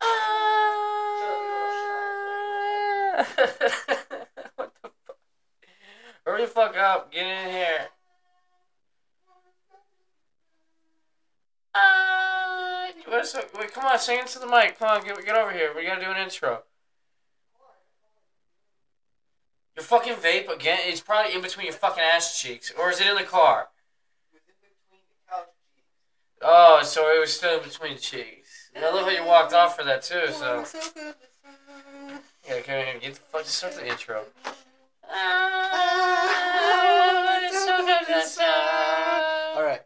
Ah! what the fuck? Hurry the fuck up. Get in here. Uh, what's up? Wait, come on, sing into the mic. Come on, get, get over here. We gotta do an intro. Your fucking vape again? It's probably in between your fucking ass cheeks. Or is it in the car? Oh, so it was still in between cheeks. And I love how you walked off for that too, so. Yeah, come here. Get the fuck. Start the intro. Alright.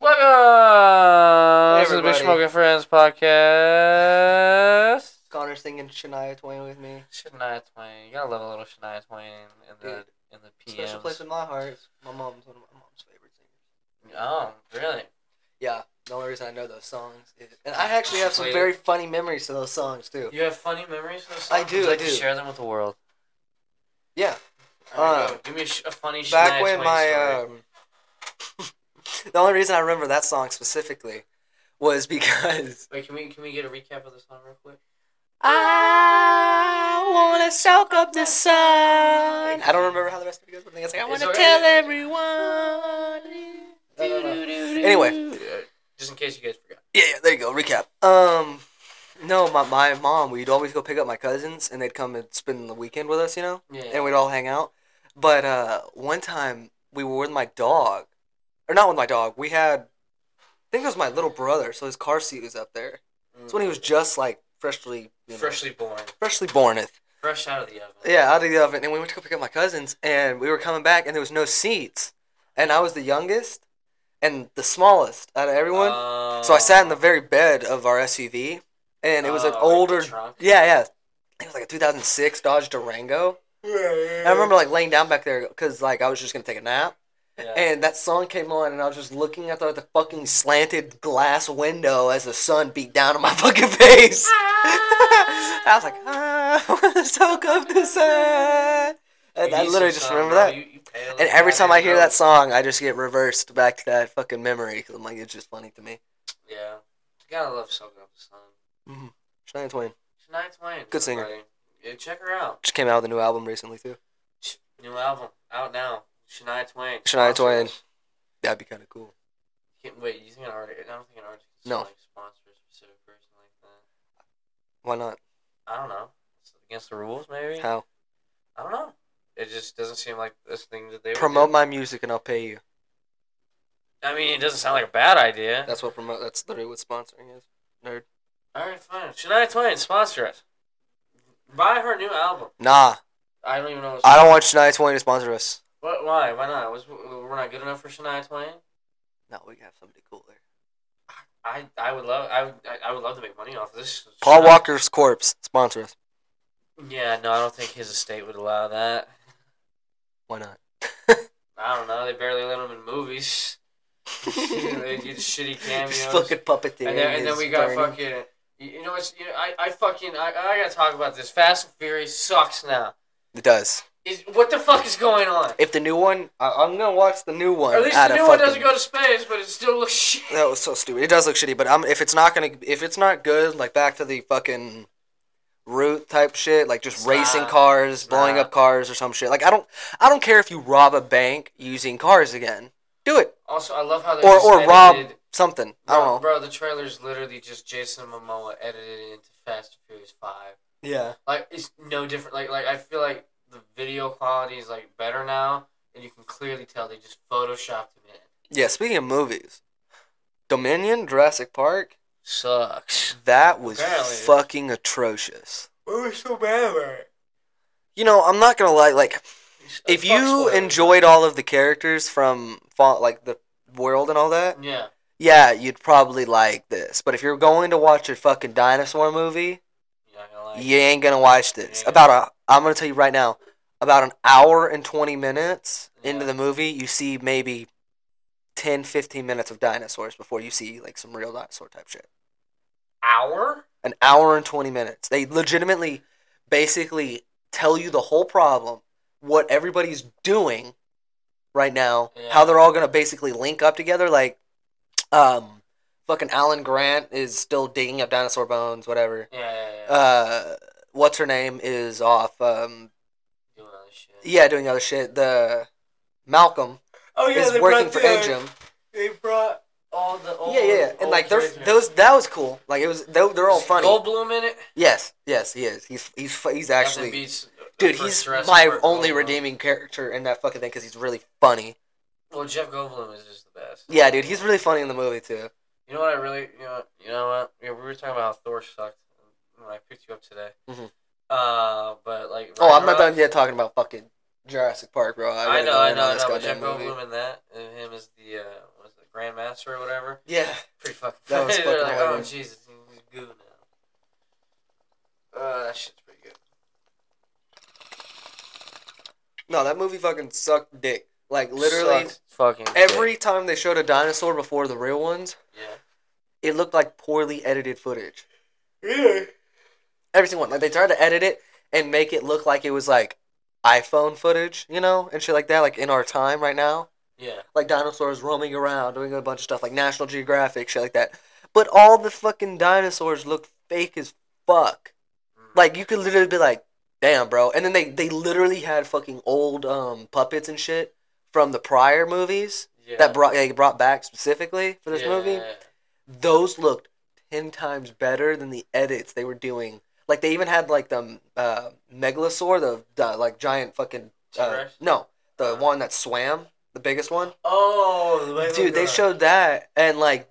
Welcome! Hey, this is the Big everybody. Smoking Friends podcast. Connor's singing Shania Twain with me. Shania Twain. You gotta love a little Shania Twain in the Dude. in the PMs. Special place in my heart. It's My mom's one of my mom's favorite singers. Oh, really? Yeah, the only reason I know those songs is, and I actually have some Wait. very funny memories to those songs too. You have funny memories of this I song? do, Would you I like to do. share them with the world. Yeah, Alright, Um, go. give me a, sh- a funny Shania back when Twain my story. um, the only reason I remember that song specifically was because Wait, can we can we get a recap of the song real quick? I wanna soak up the sun. I don't remember how the rest of it goes, but I think it's like I It's wanna okay. tell everyone. No, no, no. Anyway. Uh, Just in case you guys forgot. Yeah, yeah, there you go. Recap. Um, no, my, my mom, we'd always go pick up my cousins and they'd come and spend the weekend with us, you know? Yeah. And we'd all hang out. But uh, one time we were with my dog, or not with my dog, we had, I think it was my little brother, so his car seat was up there. It's when he was just like freshly, you know, Mm. freshly born, freshly borneth. fresh out of the oven. Yeah, out of the oven. And we went to go pick up my cousins, and we were coming back, and there was no seats. And I was the youngest and the smallest out of everyone. Oh. Um, So I sat in the very bed of our SUV, and it was an Oh, like the older. trunk? yeah, yeah. It was like a 2006 Dodge Durango. And I remember like laying down back there because like I was just gonna take a nap, Yeah. and that song came on, and I was just looking out the, the fucking slanted glass window as the sun beat down on my fucking face. I was like, ah, I wanna soak up the sun. And You I need literally some just sun, remember bro. that. You- you pale as And every time I hear goddamn that song, I just get reversed back to that fucking memory because I'm like, it's just funny to me. rose. yeah, you gotta love soaking up the sun. Shania Twain. Shania Twain, Good singer. everybody. Yeah, check her out. Just came out with a new album recently too. Sh- New album out now. Shania Twain. Shania Twain. Sponsors. That'd be kind of cool. Can't- Wait, you think an artist? I don't think an artist can No. like sponsor a specific person like that. Why not? I don't know. It's against the rules, maybe. How? I don't know. It just doesn't seem like this thing that they would Promote my music and I'll pay you. do. I mean, it doesn't sound like a bad idea. That's what promote. That's literally what sponsoring is. Nerd. All right, fine. Shania Twain sponsor us. Buy her new album. Nah, I don't even know. What's I don't want Shania Twain to sponsor us. What? Why? Why not? Was, we're not good enough for Shania Twain. No, we can have somebody cooler. I, I would love I would I- I would love to make money off of this. Paul Shania- Walker's corpse sponsor us. Yeah, no, I don't think his estate would allow that. Why not? I don't know. They barely let him in movies. they get shitty cameos. Just fucking puppeteer. and then, and then we got fucking. You you know what's you know I, I fucking I, I gotta talk about this. Fast and Furious sucks now. It does. Is what the fuck is going on? If the new one, I, I'm gonna watch the new one. Or at least out the of new one fucking- doesn't go to space, but it still looks shit. That was so stupid. It does look shitty, but I'm, if it's not gonna, if it's not good, like back to the fucking root type shit, like just It's racing not. cars, It's blowing not. up cars or some shit. Like I don't, I don't care if you rob a bank using cars again. Do it Also, I love how they or just or rob edited- something. I Bro, don't know. bro, the trailer's literally just Jason Momoa edited into Fast and Furious Five. Yeah, Like it's no different. Like like I feel like the video quality is like better now, and you can clearly tell they just photoshopped him in. yeah. Speaking of movies, Dominion, Jurassic Park, Sucks. that was Apparently. fucking atrocious. What was so bad about it? You know, I'm not gonna lie. Like if you enjoyed all of the characters from fa- like the world and all that. yeah, yeah, you'd probably like this. But if you're going to watch a fucking dinosaur movie, you're not gonna like. you ain't gonna watch this. Yeah. About a, I'm gonna tell you right now, about an hour and 20 minutes into Yeah. the movie, you see maybe 10, 15 minutes of dinosaurs before you see like some real dinosaur type shit. Hour? An hour and 20 minutes. They legitimately basically tell you the whole problem, what everybody's doing right now, Yeah. how they're all going to basically link up together. Like, um, fucking Alan Grant is still digging up dinosaur bones, whatever. Yeah, yeah, yeah. Uh, what's her name is off. Um, Doing other shit. yeah, doing other shit. The Malcolm Oh yeah, is they working brought for the, Edgem. They brought all the old. Yeah, yeah, yeah, and old like they're Judge- those. That was cool. Like it was. They, they're all Is funny. Goldblum in it. Yes, yes, he is. He's he's fu- he's actually. Nothing beats the Dude, first he's Jurassic my Park only Goldblum. redeeming character in that fucking thing because he's really funny. Well, Jeff Goldblum is just the best. Yeah, dude, he's really funny in the movie too. You know what I really, you know, you know what? Yeah, we were talking about how Thor sucked when I picked you up today. Mhm. Uh, but like. Oh, I'm not Ragnarok- done yet talking about fucking Jurassic Park, bro. I, really know, don't I know, I this know. But Jeff goddamn movie. Goldblum and that, and him as the uh, was the Grandmaster or whatever. Yeah, Pretty fucking. That was funny. fucking They're like, oh hilarious. Jesus, he's good now. Uh, that shit's pretty good. no, that movie fucking sucked dick. Like literally, Sucks fucking every time they showed a dinosaur before the real ones, dick. yeah. it looked like poorly edited footage. Really? Every single one. Like they tried to edit it and make it look like it was like iPhone footage, you know, and shit like that. Like in our time right now. Yeah. like dinosaurs roaming around doing a bunch of stuff like National Geographic shit like that. But all the fucking dinosaurs look fake as fuck. Like you could literally be like, "Damn, bro." And then they they literally had fucking old um puppets and shit from the prior movies Mm, yeah. that brought they brought back specifically for this yeah. movie. Those looked 10 times better than the edits they were doing. Like they even had like the uh, megalosaur, the, the like giant fucking uh, T-Rex? Uh-huh. no, the one that swam, the biggest one. Oh, the Lego Dude, they guy. showed that and like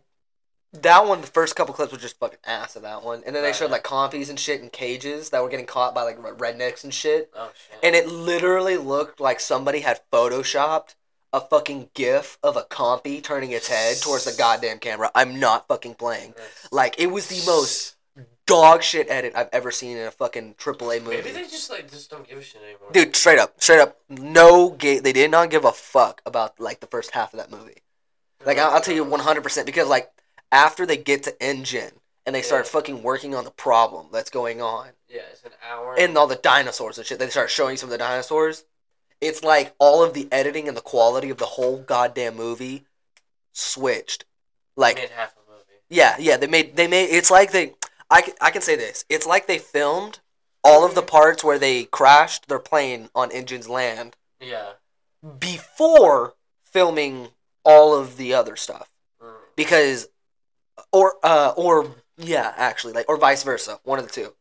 that one. The first couple clips were just fucking ass of that one, and then they Right. showed like confies and shit in cages that were getting caught by like re- rednecks and shit. Oh shit. And it literally looked like somebody had photoshopped a fucking gif of a compy turning its head towards the goddamn camera. I'm not fucking playing. That's- Like it was the most dog shit edit I've ever seen in a fucking AAA movie. Maybe they just like just don't give a shit anymore. Dude, straight up, straight up, no gate. They did not give a fuck about like the first half of that movie. Like I'll, I'll tell oh, you one hundred percent because like after they get to engine and they start Yeah. fucking working on the problem that's going on Yeah, it's an hour. and all the dinosaurs and shit, they start showing some of the dinosaurs. It's like all of the editing and the quality of the whole goddamn movie switched. Like made half a movie. yeah, yeah, they made they made it's like they I, c- I can say this. It's like they filmed all of the parts where they crashed their plane on engine's land Yeah. before filming all of the other stuff Mm. because or uh or yeah actually like or vice versa one of the two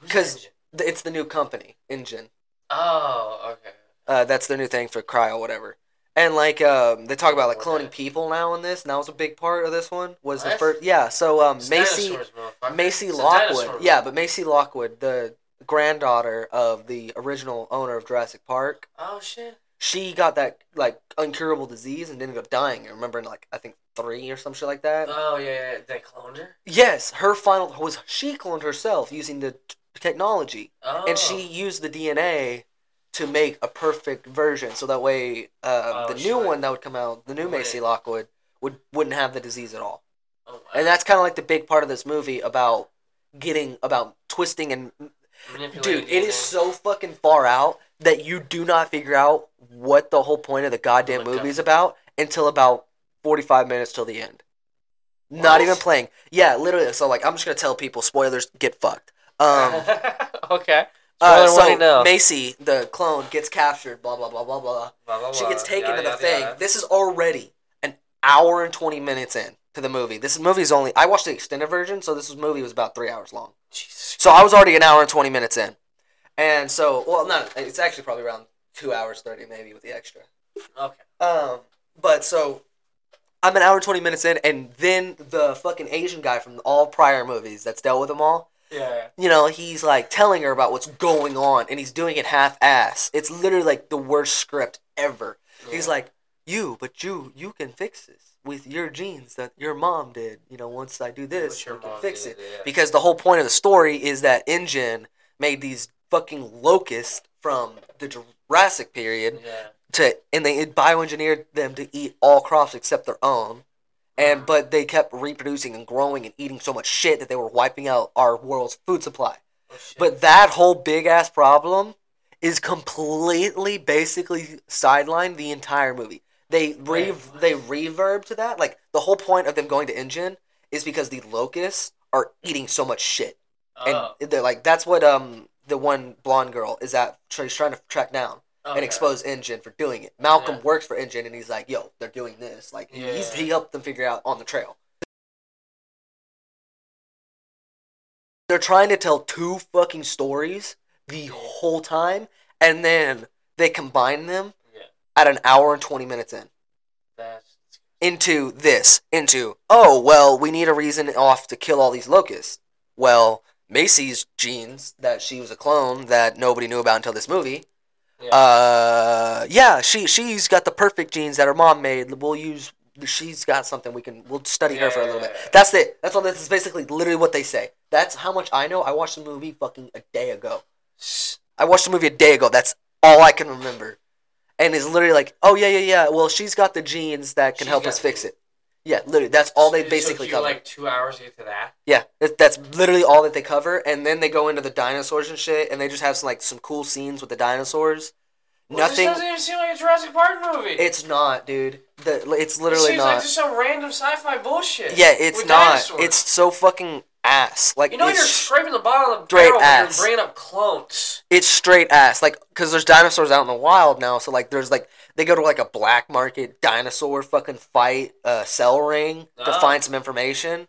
Who's 'Cause- Engine? Th- it's the new company engine Oh, okay. uh that's their new thing for cryo whatever and like um they talk about like Before cloning that. people now in this and that was a big part of this one was the What? first yeah so um It's macy dinosaurs, motherfucker. macy It's a lockwood dinosaur yeah movie. but macy lockwood the granddaughter of the original owner of jurassic park Oh shit. she got that like uncurable disease and ended up dying. I remember in like I think three or some shit like that. Oh yeah, yeah, they cloned her. yes, her final was she cloned herself using the t- technology, Oh. and she used the DNA to make a perfect version. So that way, uh, Oh, the she new like- one that would come out, the new Wouldn't- Macy Lockwood, would wouldn't have the disease at all. Oh, wow. And that's kind of like the big part of this movie about getting about twisting and Manipulating dude, it is DNA. so fucking far out that you do not figure out what the whole point of the goddamn Like, movie is about until about 45 minutes till the end. Not What? even playing. Yeah, literally. So, like, I'm just going to tell people spoilers, get fucked. Um, okay. uh, Spoiler warning so, now. Macy, the clone, gets captured, blah, blah, blah, blah, blah. Blah, blah, She blah. gets taken Yada, to the yada, thing. yada. This is already an hour and 20 minutes in to the movie. This movie is only, I watched the extended version, so this movie was about three hours long. Jesus. So I was already an hour and 20 minutes in. And so, well, no, it's actually probably around two hours 30 maybe with the extra. Okay. Um, but so I'm an hour and 20 minutes in, and then the fucking Asian guy from all prior movies that's dealt with them all, Yeah. you know, he's like telling her about what's going on, and he's doing it half ass. It's literally like the worst script ever. yeah. He's like, you, but you, you can fix this with your genes that your mom did. You know, once I do What this, your you can mom fix it did, yeah. because the whole point of the story is that Engine made these fucking locusts from the Jurassic period Yeah. to, and they bioengineered them to eat all crops except their own, and but they kept reproducing and growing and eating so much shit that they were wiping out our world's food supply. Oh, shit. But that whole big ass problem is completely, basically sidelined the entire movie. They re- Wait, what? they reverb to that. Like the whole point of them going to Engine is because the locusts are eating so much shit, oh. and they're like that's what um the one blonde girl is at she's trying to track down and Okay. expose Engine for doing it. Malcolm Yeah. works for Engine, and he's like, "Yo, they're doing this." Like he's, Yeah. he helped them figure out on the trail. They're trying to tell two fucking stories the whole time, and then they combine them Yeah. at an hour and twenty minutes in That's into this, into, oh, well, we need a reason off to kill all these locusts. Well, Macy's genes, that she was a clone that nobody knew about until this movie. Yeah. Uh, yeah, she, she's got the perfect genes that her mom made. We'll use, she's got something we can, we'll study her for a little bit. Yeah. That's it. That's all this is basically literally what they say. That's how much I know. I watched the movie fucking a day ago. I watched the movie a day ago. That's all I can remember. And is literally like, oh yeah, yeah, yeah. Well, she's got the genes that can She's help got us the fix genes. it. Yeah, literally. That's all they So basically you, cover. like two hours to get to that. yeah, that- that's literally all that they cover. And then they go into the dinosaurs and shit, and they just have some like some cool scenes with the dinosaurs. Well, Nothing. This doesn't even seem like a Jurassic Park movie. It's not, dude. The, it's it literally seems not. like just some random sci-fi bullshit. yeah, it's with not. dinosaurs. It's so fucking ass. Like you know you're it's scraping the bottom of the straight barrel when ass. you're bringing up clones. it's straight ass like because there's dinosaurs out in the wild now so like there's like they go to like a black market dinosaur fucking fight uh cell ring to Oh. find some information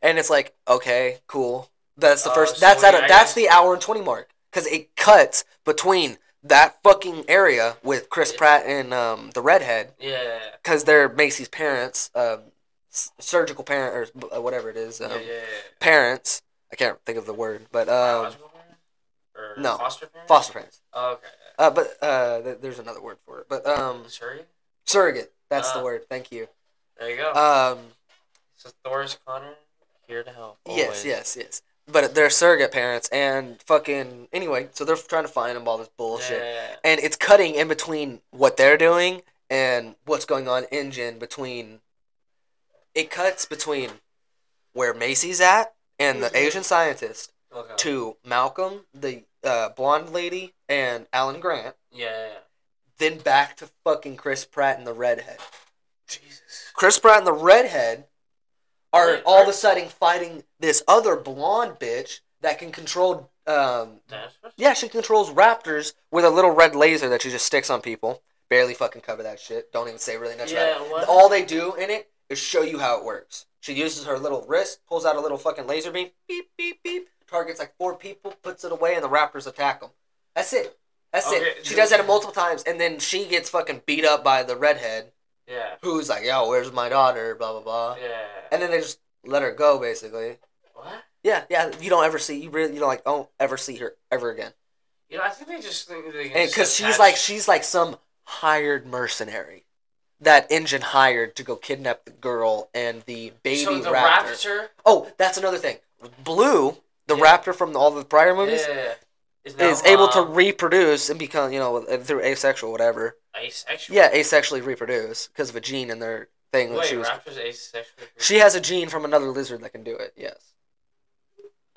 and it's like okay cool that's the Oh, first so that's yeah, at a, I guess- that's the hour and 20 mark because it cuts between that fucking area with chris Yeah. pratt and um the redhead Yeah. because they're macy's parents um s- surgical parent or uh, whatever it is um, yeah, yeah, yeah. parents i can't think of the word but um Biological parent? Or no. Foster parent? foster parents Oh, okay. uh, but uh, th- there's another word for it. But um, Sorry. surrogate. That's the Uh. oh, word. Thank you. There you go. Um, so Thor's Connor here to help. yes, always. yes, yes. But they're surrogate parents, and fucking anyway. So they're trying to find them all this bullshit, Yeah. and it's cutting in between what they're doing and what's going on engine between. It cuts between where Macy's at and the Mhm. Asian scientist Okay. to Malcolm, the uh, blonde lady, and Alan Grant. Yeah, yeah, yeah. Then back to fucking Chris Pratt and the redhead. Jesus. Chris Pratt and the redhead are Wait, all are- of a sudden fighting this other blonde bitch that can control. Um, Dinosaurs? yeah, she controls raptors with a little red laser that she just sticks on people. Barely fucking cover that shit. Don't even say really nice Yeah, about it. what? All they do in it is show you how it works. She uses her little wrist, pulls out a little fucking laser beam, beep, beep, beep, targets like four people, puts it away, and the raptors attack them. That's it. That's Okay, it. She does that multiple times, and then she gets fucking beat up by the redhead Yeah. who's like, yo, where's my daughter? Blah blah blah. Yeah. And then they just let her go, basically. what? Yeah, yeah. You don't ever see you really you don't like don't ever see her ever again. You know, I think they just think they can And just because she's attach- like she's like some hired mercenary that engine hired to go kidnap the girl and the baby so the raptor. raptor. Oh, that's another thing. Blue, the Yeah. raptor from all the prior movies, yeah, yeah, yeah. Is, is able to um, reproduce and become you know through asexual whatever. asexual. Yeah, asexually reproduce because of a gene in their thing when Wait, she was raptors asexual. She has a gene from another lizard that can do it. Yes.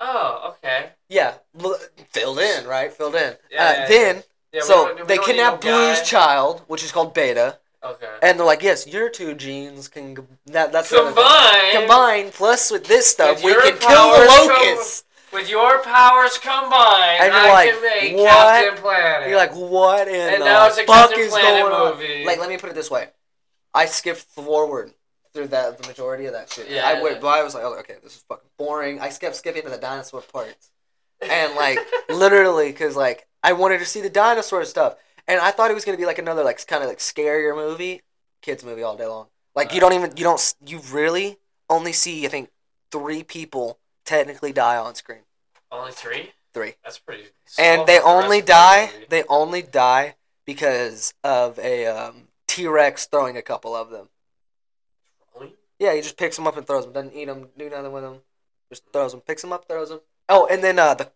Oh, okay. Yeah. l- Filled in, right? Filled in. Yeah, uh, yeah, then, Yeah, we so don't- we they don't need kidnap no guy. Blue's child, which is called Beta, Okay. and they're like, "Yes, your two genes can g- that that's the other thing. Combined. combine plus with this stuff, With we your can kill the powers, so- locusts." With your powers combined, And you're I like, can make "What?" Captain Planet. You're like, "What in And the now it's a fuck Captain is Planet going on?" movie. Like, let me put it this way: I skipped forward through that the majority of that shit. Yeah, I yeah, went, yeah. but I was like, "Oh, "Okay, this is fucking boring." I kept skipping to the dinosaur parts. and like literally because like i wanted to see the dinosaur stuff and i thought it was going to be like another like kind of like scarier movie kids movie all day long like you don't even you don't s- you really only see i think three people technically die on screen only three. three Oh, That's pretty. and small they for the only rest of die the movie. they only die because of a um, t-rex throwing a couple of them Only? yeah he just picks them up and throws them doesn't eat them do nothing with them just throws them picks them up throws them oh and then uh the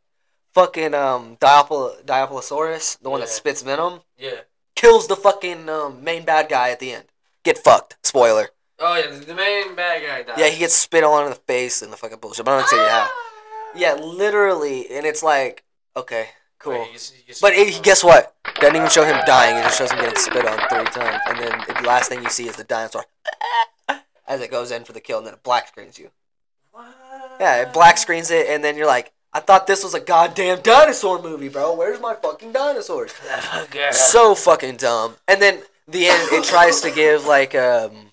fucking um Diopol- diapolosaurus the one that Yeah. spits venom Yeah. kills the fucking um, main bad guy at the end get fucked spoiler Oh yeah, the main bad guy died. yeah he gets spit on in the face and the fucking bullshit but i'm not gonna tell you how Ah! yeah literally and it's like okay cool Wait, you see- you see- But it, guess what? Doesn't even show him dying. It just shows him getting spit on three times, and then the last thing you see is the dinosaur as it goes in for the kill, and then it black screens you. What? Yeah, it black screens it, and then you're like, I thought this was a goddamn dinosaur movie, bro. Where's my fucking dinosaurs? So fucking dumb. And then the end, it tries to give like um,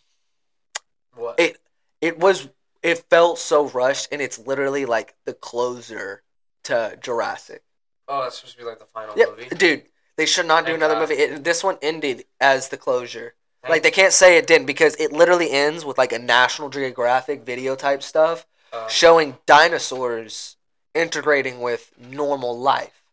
what? it it was it felt so rushed, and it's literally like the closer to Jurassic. oh, that's supposed to be like the final Yep, movie. uh, dude, they should not do Thank another God. movie. It, this one ended as the closure. Thank- Like they can't say it didn't because it literally ends with like a National Geographic video type stuff uh, showing dinosaurs integrating with normal life.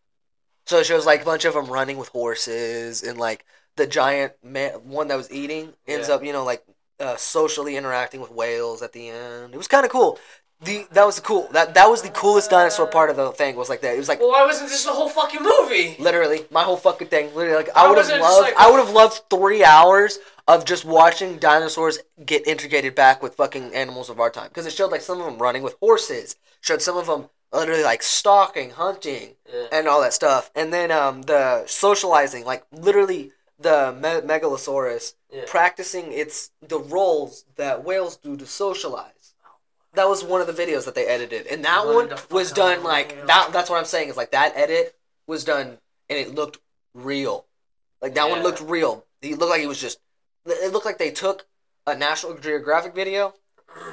So it shows like a bunch of them running with horses and like the giant man, one that was eating ends Yeah. up, you know, like uh, socially interacting with whales at the end. It was kind of cool. The that was the cool that that was the coolest dinosaur part of the thing was like that. It was like well, why wasn't this the whole fucking movie? literally my whole fucking thing. Literally, like I Why would have wasn't it loved just like- I would have loved three hours of just watching dinosaurs get integrated back with fucking animals of our time because it showed like some of them running with horses, showed some of them literally like stalking, hunting, Yeah. and all that stuff, and then um the socializing, like literally the me- megalosaurus Yeah. practicing its the roles that whales do to socialize. That was one of the videos that they edited, and that What one the fuck was are done you doing? like that. That's what I'm saying is like that edit was done, and it looked real. Like that one Yeah. looked real. He looked like he was just. It looked like they took a National Geographic video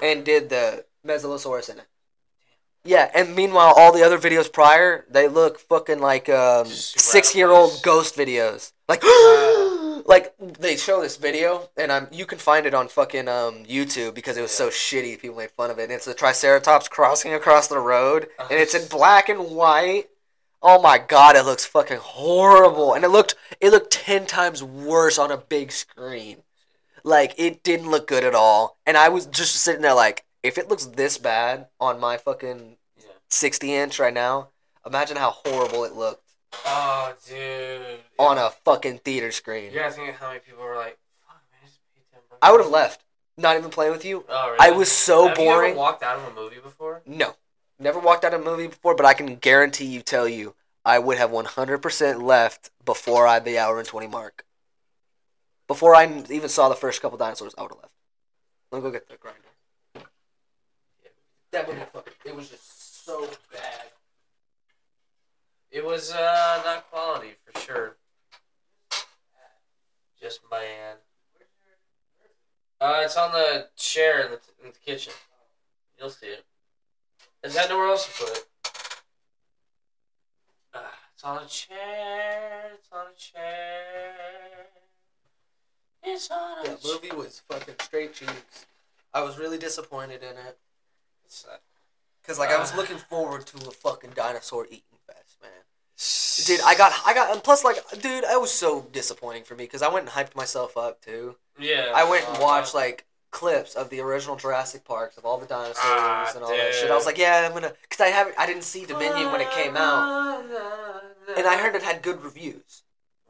and did the Mesolosaurus in it. Yeah, and meanwhile, all the other videos prior, they look fucking like um, Just super six-year-old out of place. ghost videos. Like, Yeah. like they show this video, and um, you can find it on fucking um, YouTube because it was so Yeah. shitty. People made fun of it. And it's a triceratops crossing across the road, and it's in black and white. Oh my god, it looks fucking horrible, and it looked it looked ten times worse on a big screen. Like it didn't look good at all, and I was just sitting there like, if it looks this bad on my fucking Yeah. sixty inch right now, imagine how horrible it looked Oh, dude. on a fucking theater screen. You gotta think of how many people were like, "Fuck, man, just pay ten bucks." I would have left, not even playing with you. Oh, really? I was so have You boring. ever walked out of a movie before? No, never walked out of a movie before, but I can guarantee you, tell you, I would have one hundred percent left before I the hour and twenty mark. Before I even saw the first couple dinosaurs, I would have left. Let me go get the grinder. That movie, fucking- it was just so bad. It was uh, not quality for sure. Just man. Uh, it's on the chair in the, in the kitchen. You'll see it. Is that nowhere else to put it? Uh, it's on a chair. It's on a chair. It's on a That chair. movie was fucking straight cheese. I was really disappointed in it It's not- because like I was looking forward to a fucking dinosaur eating fest, man. Dude, I got, I got, and plus, like, dude, that was so disappointing for me because I went and hyped myself up too. Yeah. I went and uh, watched like clips of the original Jurassic Parks of all the dinosaurs Ah, and all that shit. I was dude. like, yeah, I'm gonna, cause I haven't, I didn't see Dominion when it came out, and I heard it had good reviews.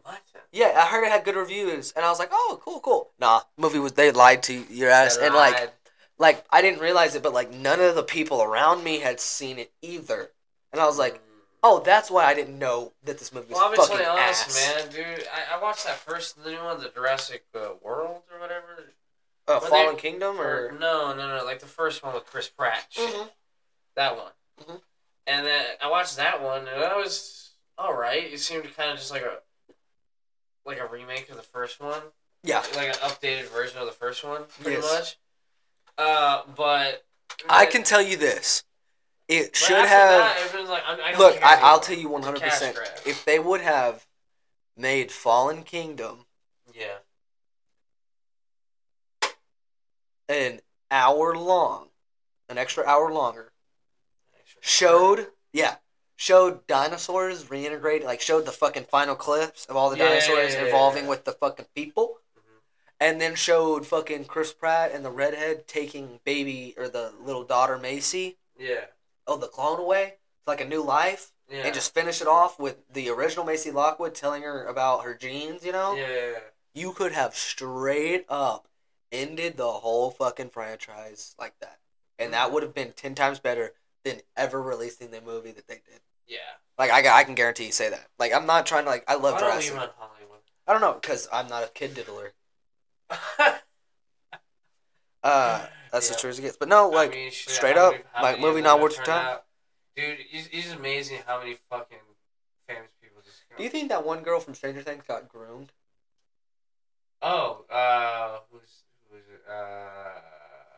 What? Yeah, I heard it had good reviews, and I was like, oh, cool, cool. Nah, movie was they lied to your ass, and like, like I didn't realize it, but like none of the people around me had seen it either, and I was like, oh, that's why I didn't know that this movie was Mm. Well, I'm just fucking telling you honest, ass. man, dude. I, I watched that first the new one, the Jurassic uh, World or whatever. Uh, Were Fallen they- Kingdom Or or Mm-hmm. no, no, no, like the first one with Chris Pratt. Shit, That one. Mhm. And then I watched that one, and that was all right. It seemed kind of just like a like a remake of the first one. yeah. like an updated version of the first one, pretty Yes. much. Uh, but I can tell you this: it but should after have. that, it was like, I, I don't look, care I, I'll anymore. tell you one It's a hundred cash percent. grab. If they would have made Fallen Kingdom Yeah, an hour long, an extra hour longer, Extra- showed yeah, showed dinosaurs reintegrated, like showed the fucking final clips of all the Yeah, dinosaurs yeah, yeah, evolving yeah. with the fucking people. Mhm. and then showed fucking Chris Pratt and the redhead taking baby or the little daughter Macy, Yeah, oh the clone away, like a new life, yeah, and just finish it off with the original Macy Lockwood telling her about her genes. You know, yeah, yeah, yeah. you could have straight up ended the whole fucking franchise like that, and that Mm-hmm. would have been ten times better than ever releasing the movie that they did. yeah. Like I, I can guarantee you say that. Like I'm not trying to like I love Why don't we Jurassic. run Hollywood? I don't know because I'm not a kid diddler. Uh, that's Yeah. as true as it gets. But no, like I mean, shit, straight how up, many- how like, many movie of not them worth your turn time. out- Dude, it's, it's amazing how many fucking famous people just. Do you think that one girl from Stranger Things got groomed? Oh, uh, who's who's it?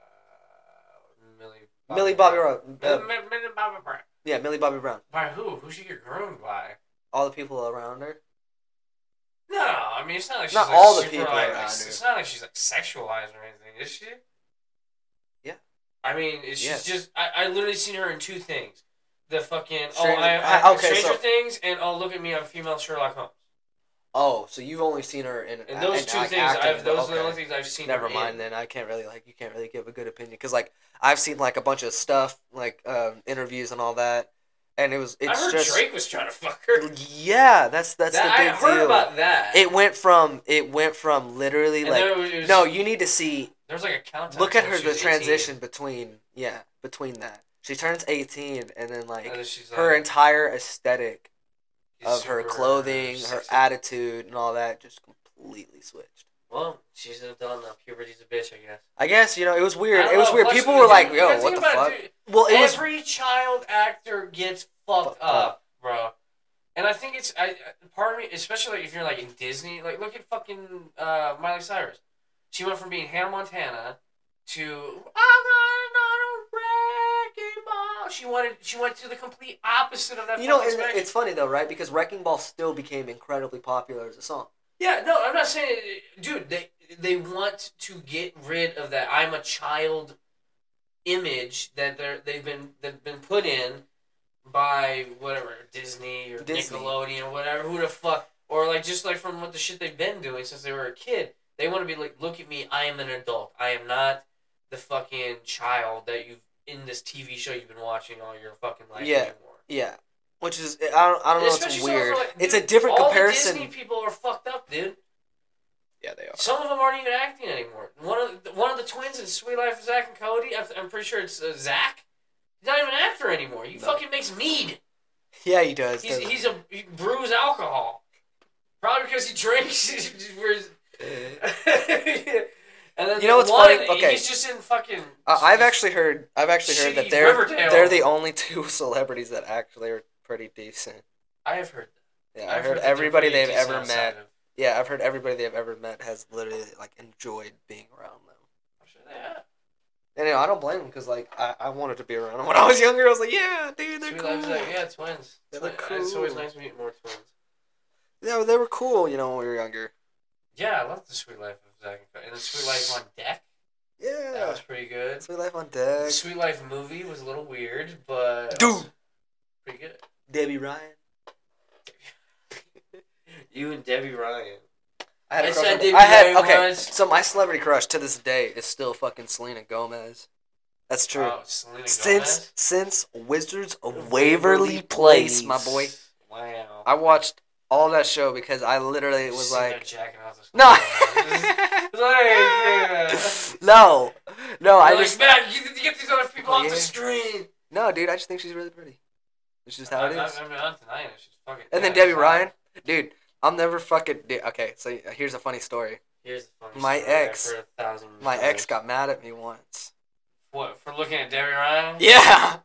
Uh, Millie. Millie Bobby Brown. Millie, Uh, Millie Millie Bobby Brown. yeah, Millie Bobby Brown. By who? Who she get groomed by? All the people around her. No, I mean it's not like she's Not like, all the super, people like, around like, her. It's not like she's like sexualized or anything, is she? Yeah. I mean, it's Yes. she's just I, I literally seen her in two things: the fucking Stranger- oh I, I, I- okay, Stranger so- Things and oh look at me I'm female Sherlock Holmes. Oh, so you've only seen her in. And those in two ac- things, acting, I've, those are okay. the only things I've seen. her Never in. mind then. I can't really like you can't really give a good opinion because like I've seen like a bunch of stuff like um, interviews and all that, and it was I it's heard just Drake was trying to fuck her. yeah. That's that's That- the big I heard deal. about that. it went from it went from literally and like there was, it was- no. You need to see. there was like a countdown. Look at when her she the was 18, transition between yeah between that. She turns eighteen and then like and then she's her like, entire aesthetic she's of her super uh, clothing, her sexy. attitude, and all that just completely switched. Well, she's an adult now. Puberty's a bitch, I guess. I guess you know it was I weird. don't It was know, weird. plus People you were gotta like, think- you "Yo, gotta what think the about fuck?" it, dude. Well, it was Every child actor gets fucked Fucked up, bro. And I think it's I I- part of me, especially like if you're like in Disney. Like, look at fucking uh, Miley Cyrus. She went from being Hannah Montana to I'm going on a wrecking ball. She wanted. She went to the complete opposite of that. you know fucking and spectrum. it's funny though, right? Because Wrecking Ball still became incredibly popular as a song. Yeah, no, I'm not saying, dude. They they want to get rid of that "I'm a child" image that they're they've been they've been put in by whatever Disney or Disney. Nickelodeon, whatever. Who the fuck? Or like just like from what the shit they've been doing since they were a kid. They want to be like, look at me, I am an adult. I am not the fucking child that you've in this TV show you've been watching all your fucking life Yeah. anymore. Yeah, which is I don't I don't know. It's Especially someone weird. for, like, it's a dude, different all comparison. The Disney people are fucked up, dude. Yeah, they are. Some of them aren't even acting anymore. One of the, one of the twins in Sweet Life of Zach and Cody. I'm, I'm pretty sure it's uh, Zach. He's not even an actor anymore. He No. fucking makes mead. Yeah, he does. He's doesn't he's a he brews alcohol. Probably because he drinks. Whereas- he? and then You know the what's one, funny? Okay. he's just in fucking. Uh, I've actually heard. I've actually heard Shitty that they're Riverdale. they're the only two celebrities that actually are pretty decent. I have heard. Yeah, That. I've, I've heard that they're everybody pretty they've decent ever outside met. of- Yeah, I've heard everybody they've ever met has literally like enjoyed being around them. I'm sure they have. And you know, I don't blame them because like I, I wanted to be around them when I was younger. I was like, yeah, dude, they're Sweet cool. Life of Zach. Yeah, twins. They look Twin- It's always cool. nice to meet more twins. Yeah, they were cool. You know, when we were younger. Yeah, I love the Sweet Life of Zach and Cody. And the Sweet Life on Deck. That Yeah, was pretty good. Uh, sweet life on deck. The Sweet Life movie was a little weird, but Dude. also pretty good. Debbie Ryan. You and Debbie Ryan. I had a I crush said on- Debbie I had Ryan okay. was- So my celebrity crush to this day is still fucking Selena Gomez. That's true. Oh, Selena since Gomez. since Wizards of Waverly Place, my boy. Wow. I watched all that show because I literally was Sitting there like, jacking off this no, Like, yeah. no, no. I You're just like, man, you need to get these other people off Yeah. the screen. no, dude. I just think she's really pretty. It's just how it I, is. I, I mean, I'm denying it. She's fucking. And then yeah, Debbie fine. Ryan, dude. I'm never fucking. Dude, okay, so here's a funny story. Here's the funny My story I've ex- heard a thousand My ex times. got mad at me once. What for looking at Debbie Ryan? Yeah,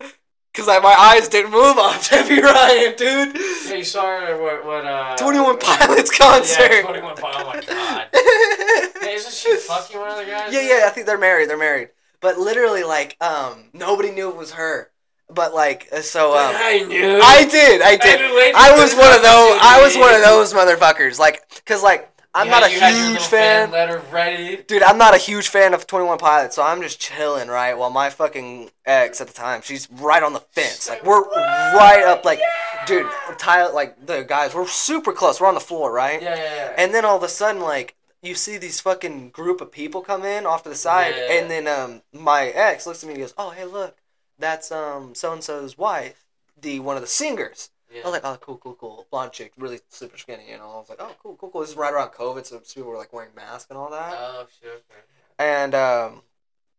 cause like my eyes didn't move off Debbie Ryan, dude. Yeah, you saw her at what? what uh, Twenty One Pilots concert. Yeah, 21 Pilots. Oh my God. Hey, isn't she fucking one of the guys? Yeah, yeah, I think they're married. They're married. But literally, like, um, nobody knew it was her. But like, uh, so um, I knew. I did, I did. I was one of those. I was one of those motherfuckers. Like, cause like, I'm not a huge fan. letter ready. Dude, I'm not a huge fan of Twenty One Pilots, so I'm just chilling, right? While my fucking ex at the time, she's right on the fence. Like, we're right up, like, dude, Tyler, like the guys, we're super close. We're on the floor, right? Yeah, yeah, yeah. And then all of a sudden, like you see these fucking group of people come in off to the side, Yeah. and then um my ex looks at me and goes, "Oh hey look, that's um so and so's wife, the one of the singers." yeah. I was like, "Oh cool cool cool, blonde chick, really super skinny," you know. I was like, "Oh cool cool cool." This is right around COVID, so people were like wearing masks and all that, oh shit. Okay. and um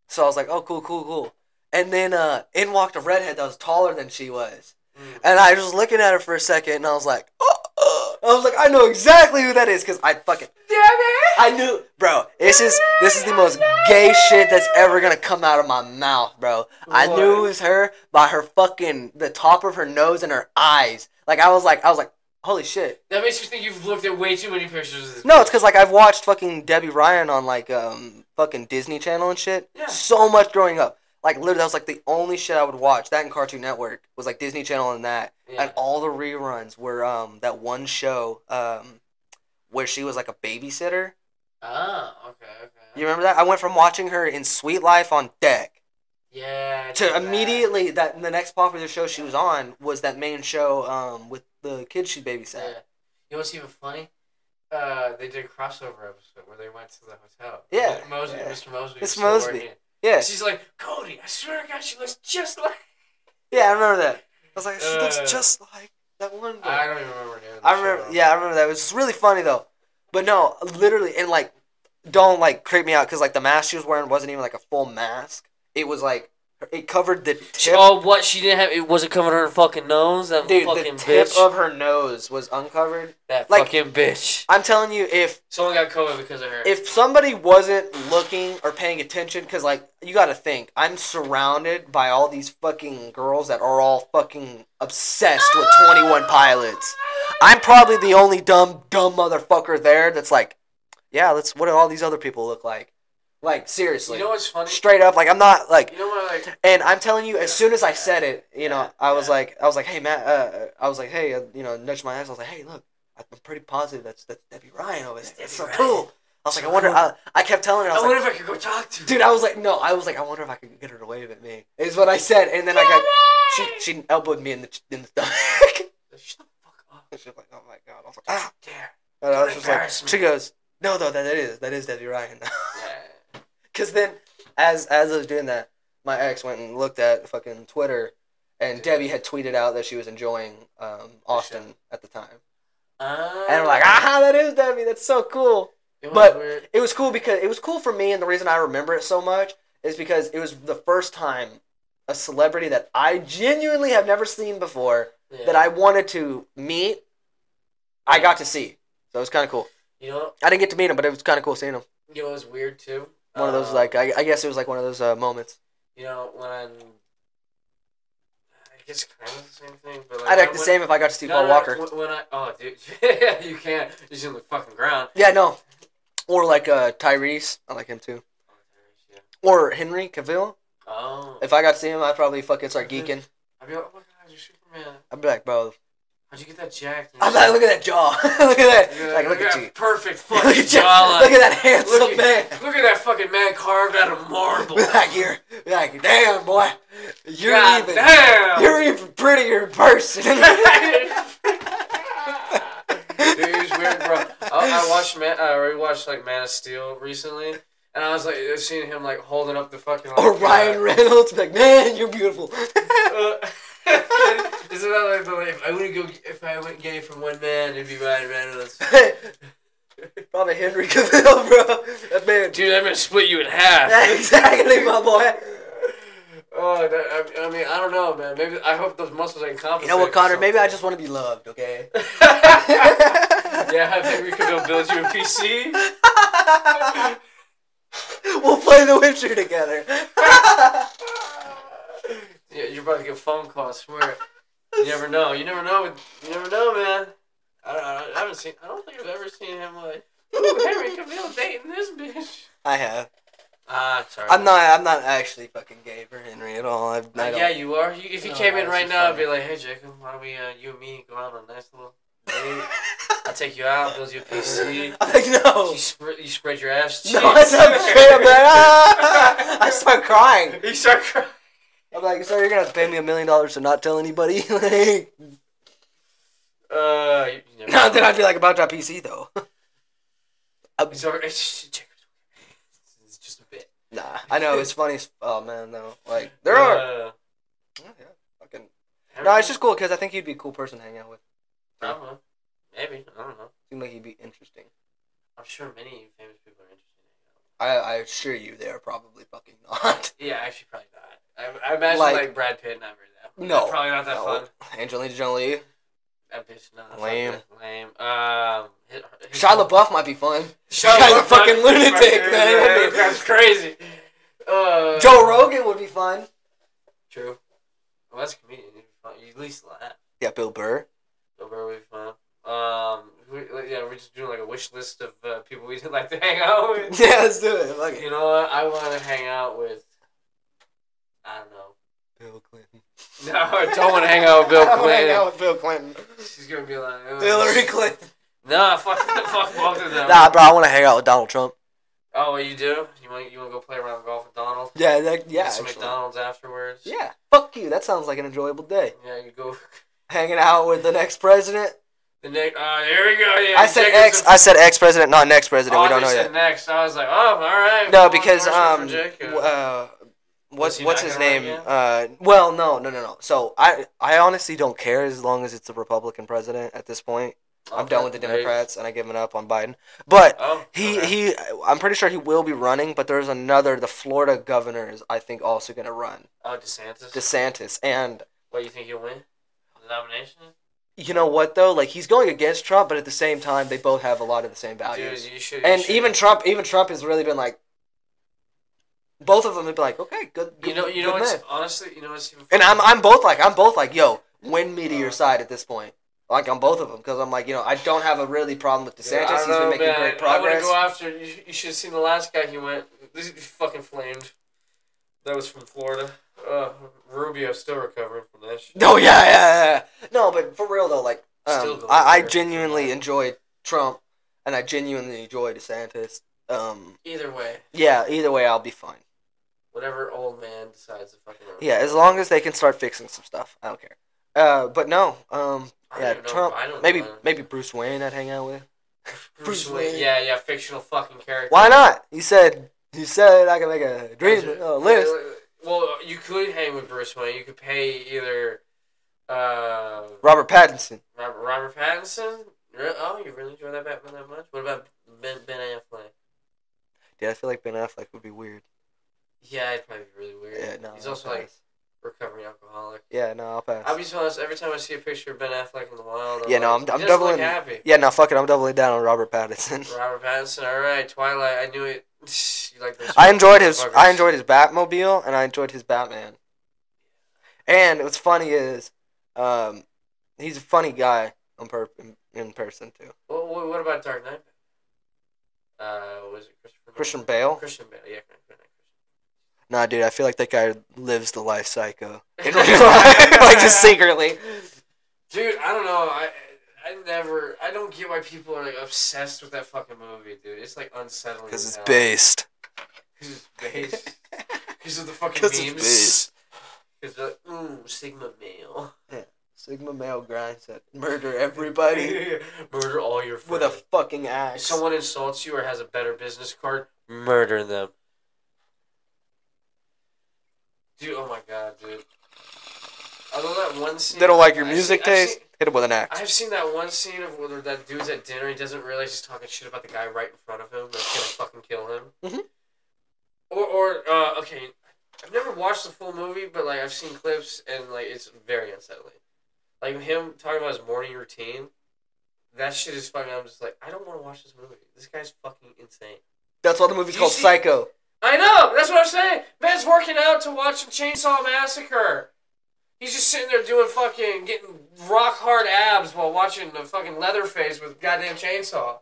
so I was like, "Oh cool cool cool," and then uh in walked a redhead that was taller than she was, Mm. and I was just looking at her for a second, and I was like, oh, oh. I was like, I know exactly who that is because I fucking Damn it! I knew, bro. This is this is the most gay shit that's ever gonna come out of my mouth, bro. I What? knew it was her by her fucking the top of her nose and her eyes. Like I was like, I was like, holy shit. That makes me think you've looked at way too many pictures of this. No, it's because like I've watched fucking Debbie Ryan on like um fucking Disney Channel and shit. Yeah. So much growing up. Like literally, that was like the only shit I would watch. That and Cartoon Network was like Disney Channel and that. Yeah. And all the reruns were um that one show um where she was like a babysitter. Ah, okay, okay. You remember that? I went from watching her in Sweet Life on deck Yeah. I did to that. immediately that the next popular show she was on was that main show um with the kids she babysat. Yeah. You know what's even funny? Uh, they did a crossover episode where they went to the hotel. Yeah, Mosby, yeah. Mr. Mosby. It's was still Mosby. working. Yeah, She's like, Cody, I swear to God, she looks just like. yeah, I remember that. I was like, she looks Uh, just like that one. girl. I don't even remember the name of the I remember. show. Yeah, I remember that. It was really funny though. But no, literally, and like, don't like creep me out because like the mask she was wearing wasn't even like a full mask. It was like it covered the She, tip. oh, what? She didn't have. It wasn't covering her fucking nose? That dude, the fucking tip bitch. of her nose was uncovered. that like- fucking bitch. I'm telling you, if Someone got COVID because of her. if somebody wasn't looking or paying attention, because like you got to think, I'm surrounded by all these fucking girls that are all fucking obsessed with Twenty One Pilots. I'm probably the only dumb dumb motherfucker there that's like, yeah, let's. What do all these other people look like? Like seriously, you know what's funny? straight up, like I'm not like You know what? Like, and I'm telling you, as soon as I said it, you know, I was Yeah. like, I was like, hey Matt, uh, I was like, hey, uh, you know, nudged my eyes. I was like, hey, look, I'm pretty positive that's that's Debbie Ryan over there. Debbie That's so Ryan. cool. I was like, I So wonder. cool. I, I kept telling her, I I was like, wonder if I could go talk to. her. dude, I was like, no, I was like, I wonder if I could get her to wave at me. Is what I said, and then I got she she elbowed me in the in the stomach. Shut the fuck up. she was like, oh my god. I was like, ah. Dare. And I Don't was just like, embarrass me. she goes, no, though, that, that is that is Debbie Ryan. Yeah. Cause then, as as I was doing that, my ex went and looked at fucking Twitter, and Debbie had tweeted out that she was enjoying um, Austin at the time, Uh, and I'm like, aha, that is Debbie. That's so cool. it was but- weird. It was cool because it was cool for me, and the reason I remember it so much is because it was the first time a celebrity that I genuinely have never seen before Yeah. that I wanted to meet, I got to see. So it was kind of cool. You know. I didn't get to meet him, but it was kind of cool seeing him. You know, it was weird too. One of those Um, like uh, I, I guess it was like one of those uh, moments. You know, when I'm. I guess kind of the same thing, but like. I'd act when- the same if I got to see No, Paul no, no, Walker. when- When I oh dude, yeah, you can't. You're just on the fucking ground. Yeah, no. Or like uh, Tyrese, I like him too. Or Henry Cavill. Oh. If I got to see him, I'd probably fucking start geeking. I'd be like, oh my god, you're Superman. I'd be like, bro, How'd you get that jacked? I'm like, look at that jaw, look at that, You're like look at that you, Perfect fucking look at you, jawline. look at that handsome Look at- man. Look at that fucking man carved out of marble. like you're, like damn boy, you're God even, damn. you're even prettier in person. Dude, it was weird, bro. I, I watched Man. I rewatched like Man of Steel recently, and I was like, I've seen him like holding up the fucking. Like, or Ryan Reynolds, like man, you're beautiful. Uh, Isn't that like the like, if I wouldn't go if I went gay from one man, it'd be Ryan Reynolds. Probably Henry Cavill, bro. That man, Dude, I'm gonna split you in half. exactly my boy. Oh, that, I, I mean, I don't know, man. Maybe I hope those muscles ain't compensating. You know what, for Connor? Maybe I something. just want to be loved, okay? yeah, I think we could go build you a PC. we'll play The Witcher together. yeah, you're about to get a phone call. I swear. You never know. You never know. with- You never know, man. I don't. I, don't, I haven't seen. I don't think I've ever seen him like. Ooh, Henry Cavill dating this bitch. I have. Ah, sorry. I'm not. I'm not actually fucking gay for Henry at all. I've, I Uh, don't. yeah, you are. You, if you No, came in that's right just now, I'd funny. be like, "Hey, Jacob, why don't we, uh, you and me, go out on a nice little date? I'll take you out, build you a PC. I'm like no. You, sp- you spread your ass cheeks. No, that's not gay. I'm like, ah! I start crying. You start crying. I'm like, so you're gonna have to pay me a million dollars to not tell anybody? like, Uh, you, you never no, then know. I'd be like about that PC though. It's all right. It's just- it's just a bit. Nah, I know it's funny. as- Oh man, though, like there are. Uh, Oh, yeah, fucking. No, it's Henry- just cool because I think you'd be a cool person to hang out with. I don't know. Maybe I don't know. Seems like you'd be interesting. I'm sure many famous people are interested. in I, I assure you, they are probably fucking not. it. Yeah, actually, probably not. I, I imagine Like- like, Brad Pitt, not very that. No, probably not that no. fun. Angelina Jolie, That bitch, nah. fuck Lame. that, Lame. Um, his, his- Shia LaBeouf might be fun. Shia Guy's a LaBeouf fucking is lunatic, fucking- man. That's crazy. Uh, Joe Rogan would be fun. True. Well, that's a comedian. You'd be fun. You at least laugh. Yeah, Bill Burr. Bill Burr would be fun. Um, we, yeah, we're just doing like a wish list of uh, people we'd like to hang out with. Yeah, let's do it. Fuck it. You know what? I want to hang out with. I don't know. Bill Clinton. No, I don't want to hang out with Bill I wanna hang Clinton. out with Bill Clinton. She's gonna be like, oh. Hillary Clinton. Nah, fuck, fuck both of them. Nah, bro, I want to hang out with Donald Trump. Oh, what you do? You want you want to go play around golf with Donald? Yeah, that, yeah, Get some actually. McDonald's afterwards. Yeah, fuck you. That sounds like an enjoyable day. Yeah, you go. Hanging out with the next president. The next. Ah, there we go. Yeah, I said Jacobson- ex. I said ex president, not next Oh, president. I we don't thought know you yet. said Next, I was like, oh, all right. No, well, because endorsement for um, Jacob. w- uh, Was what's he what's not his gonna name? run again? Uh, well, no, no, no, no. So I I honestly don't care as long as it's a Republican president at this point. I'm Okay, done with the there you- Democrats and I give it up on Biden. But Oh, he okay. he, I'm pretty sure he will be running. But there's another. The Florida governor is I think also going to run. Oh, DeSantis. DeSantis and. what you think he'll win? The nomination? You know what though? Like he's going against Trump, but at the same time, they both have a lot of the same values. Dude, you should. you and should- even Trump, even Trump has really been like, both of them have been like, okay, good, good you know, you know good what's man. honestly, you know what's even And I'm, funny? I'm both like, I'm both like, yo, win me to your Uh, side at this point. Like on both of them, because I'm like, you know, I don't have a really problem with Dude, I DeSantis. don't He's know, been making man. great I progress. want to go after. You, you should have seen the last guy. He went. This is fucking flamed. That was from Florida. Uh, Rubio still recovering from that shit. No, Oh, yeah, yeah, yeah, yeah. No, but for real though, like, Still um, going I, I there. genuinely enjoy Trump, and I genuinely enjoy DeSantis. Um, Either way, yeah, either way, I'll be fine. whatever old man decides to fucking. run. Yeah, as long as they can start fixing some stuff, I don't care. Uh, but no, um, I don't yeah, even know Trump. Biden Maybe won. maybe Bruce Wayne I'd hang out with. Bruce, Bruce Wayne. Wayne. Yeah, yeah, fictional fucking character. Why not? He said he said I can make a dream uh, list. Well, you could hang with Bruce Wayne. You could pay either uh, Robert Pattinson. Robert, Robert Pattinson. Re- Oh, you really enjoy that Batman that much? What about Ben Ben Affleck? Dude, I feel like Ben Affleck would be weird. Yeah, it'd probably be really weird. Yeah, no. He's I'll also like pass. recovering alcoholic. Yeah, no, I'll pass. I'll be so honest. Every time I see a picture of Ben Affleck in the wild, I'm Yeah, no, like, I'm- I'm he doesn't doubling- Look happy. yeah, no, fuck it. I'm doubling down on Robert Pattinson. Robert Pattinson. All right, Twilight. I knew it. you like this? I enjoyed his Fuckers. I enjoyed his Batmobile and I enjoyed his Batman. And what's funny is, um, he's a funny guy on per- in, in person too. What, what, what about Dark Knight? Uh, was it Christopher? Christian Nolan? Bale. Christian Bale. Yeah, Christian Bale. Nah, dude, I feel like that guy lives the life psycho in real life, like just secretly. Dude, I don't know. I I never. I don't get why people are like obsessed with that fucking movie, dude. It's like unsettling. Because as it's hell. based. 'Cause it's based. Because of the fucking 'Cause it's memes. based. Because they're like, mm, Sigma male. Sigma male grind said, murder everybody Murder all your friends. with a fucking if axe. someone insults you or has a better business card, murder them. Dude, oh my god, dude. I love that one scene. They don't like your I've music seen- I've taste? seen- Hit him with an axe. I've seen that one scene of whether that dude's at dinner, he doesn't realize he's talking shit about the guy right in front of him that's gonna fucking kill him. Mhm. Or, or uh, okay, I've never watched the full movie, but like I've seen clips and like it's very unsettling. Like him talking about his morning routine, that shit is fucking. I'm just like, I don't want to watch this movie. This guy's fucking insane. That's why the movie's You called see- Psycho. I know. That's what I'm saying. Man's working out to watch a Chainsaw Massacre. He's just sitting there doing fucking getting rock hard abs while watching the fucking Leatherface with goddamn chainsaw.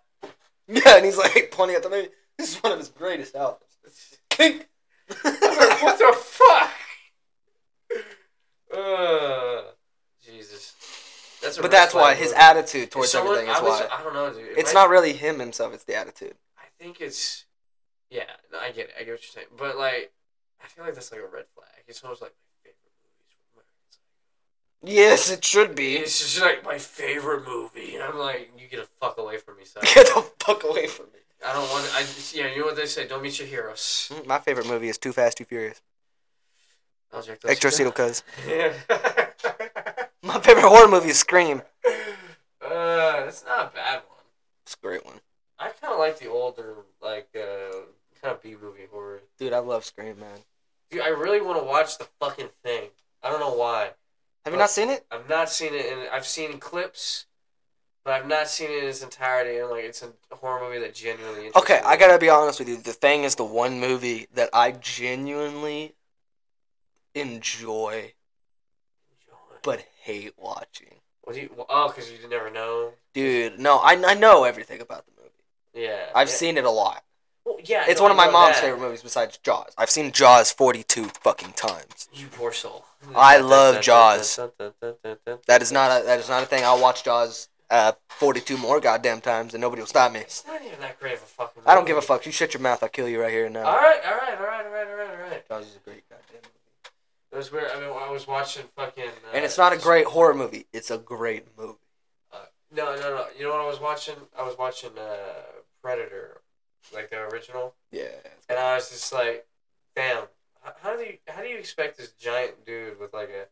Yeah, and he's like pointing at the movie. This is one of his greatest albums. Kink. I'm like, what the fuck? Uh, Jesus. That's a But red that's flag why his move. attitude If towards someone- everything is I was- why. I don't know, dude. If It's I- not really him himself, it's the attitude. I think it's. Yeah, no, I get it. I get what you're saying, but like, I feel like that's like a red flag. It's almost like my favorite movies. were American Yes, it should be. It's just like my favorite movie, and I'm like, you get a fuck away from me, son. Get the fuck away from me. I don't want. I yeah, you know what they say. Don't meet your heroes. Mm, My favorite movie is Too Fast, Too Furious. I was like, those- Extracito Cuz. Yeah. My favorite horror movie is Scream. uh, that's not a bad one. It's a great one. I kind of like the older, like, uh, kind of B movie horror. Dude, I love Scream, man. Dude, I really want to watch the fucking thing. I don't know why. Have you not seen it? I've not seen it, and I've seen clips, but I've not seen it in its entirety. And like, it's a horror movie that genuinely. interests me. Okay, I gotta be honest with you. The Thing is the one movie that I genuinely enjoy but hate watching. What do you? well, Oh, because you never know. Dude, no, I, I know everything about the movie. Yeah. I've yeah. seen it a lot. Well, yeah. It's no, one of I my know mom's that. favorite movies besides Jaws. I've seen Jaws 42 fucking times. You poor soul. I love Jaws. That is not a, that is not a thing. I'll watch Jaws uh, 42 more goddamn times and nobody will stop me. It's not even that great of a fucking. I don't give movie. a fuck. You shut your mouth. I'll kill you right here and now. All right, all right, all right, all right, all right, all right. Jaws is a great goddamn movie. It was weird. I mean, I was watching fucking. Uh, And it's not a great horror movie. It's a great movie. No, no, no. You know what I was watching? I was watching uh, Predator, like the original, Yeah. and I was just like, "Damn, h- how do you how do you expect this giant dude with like a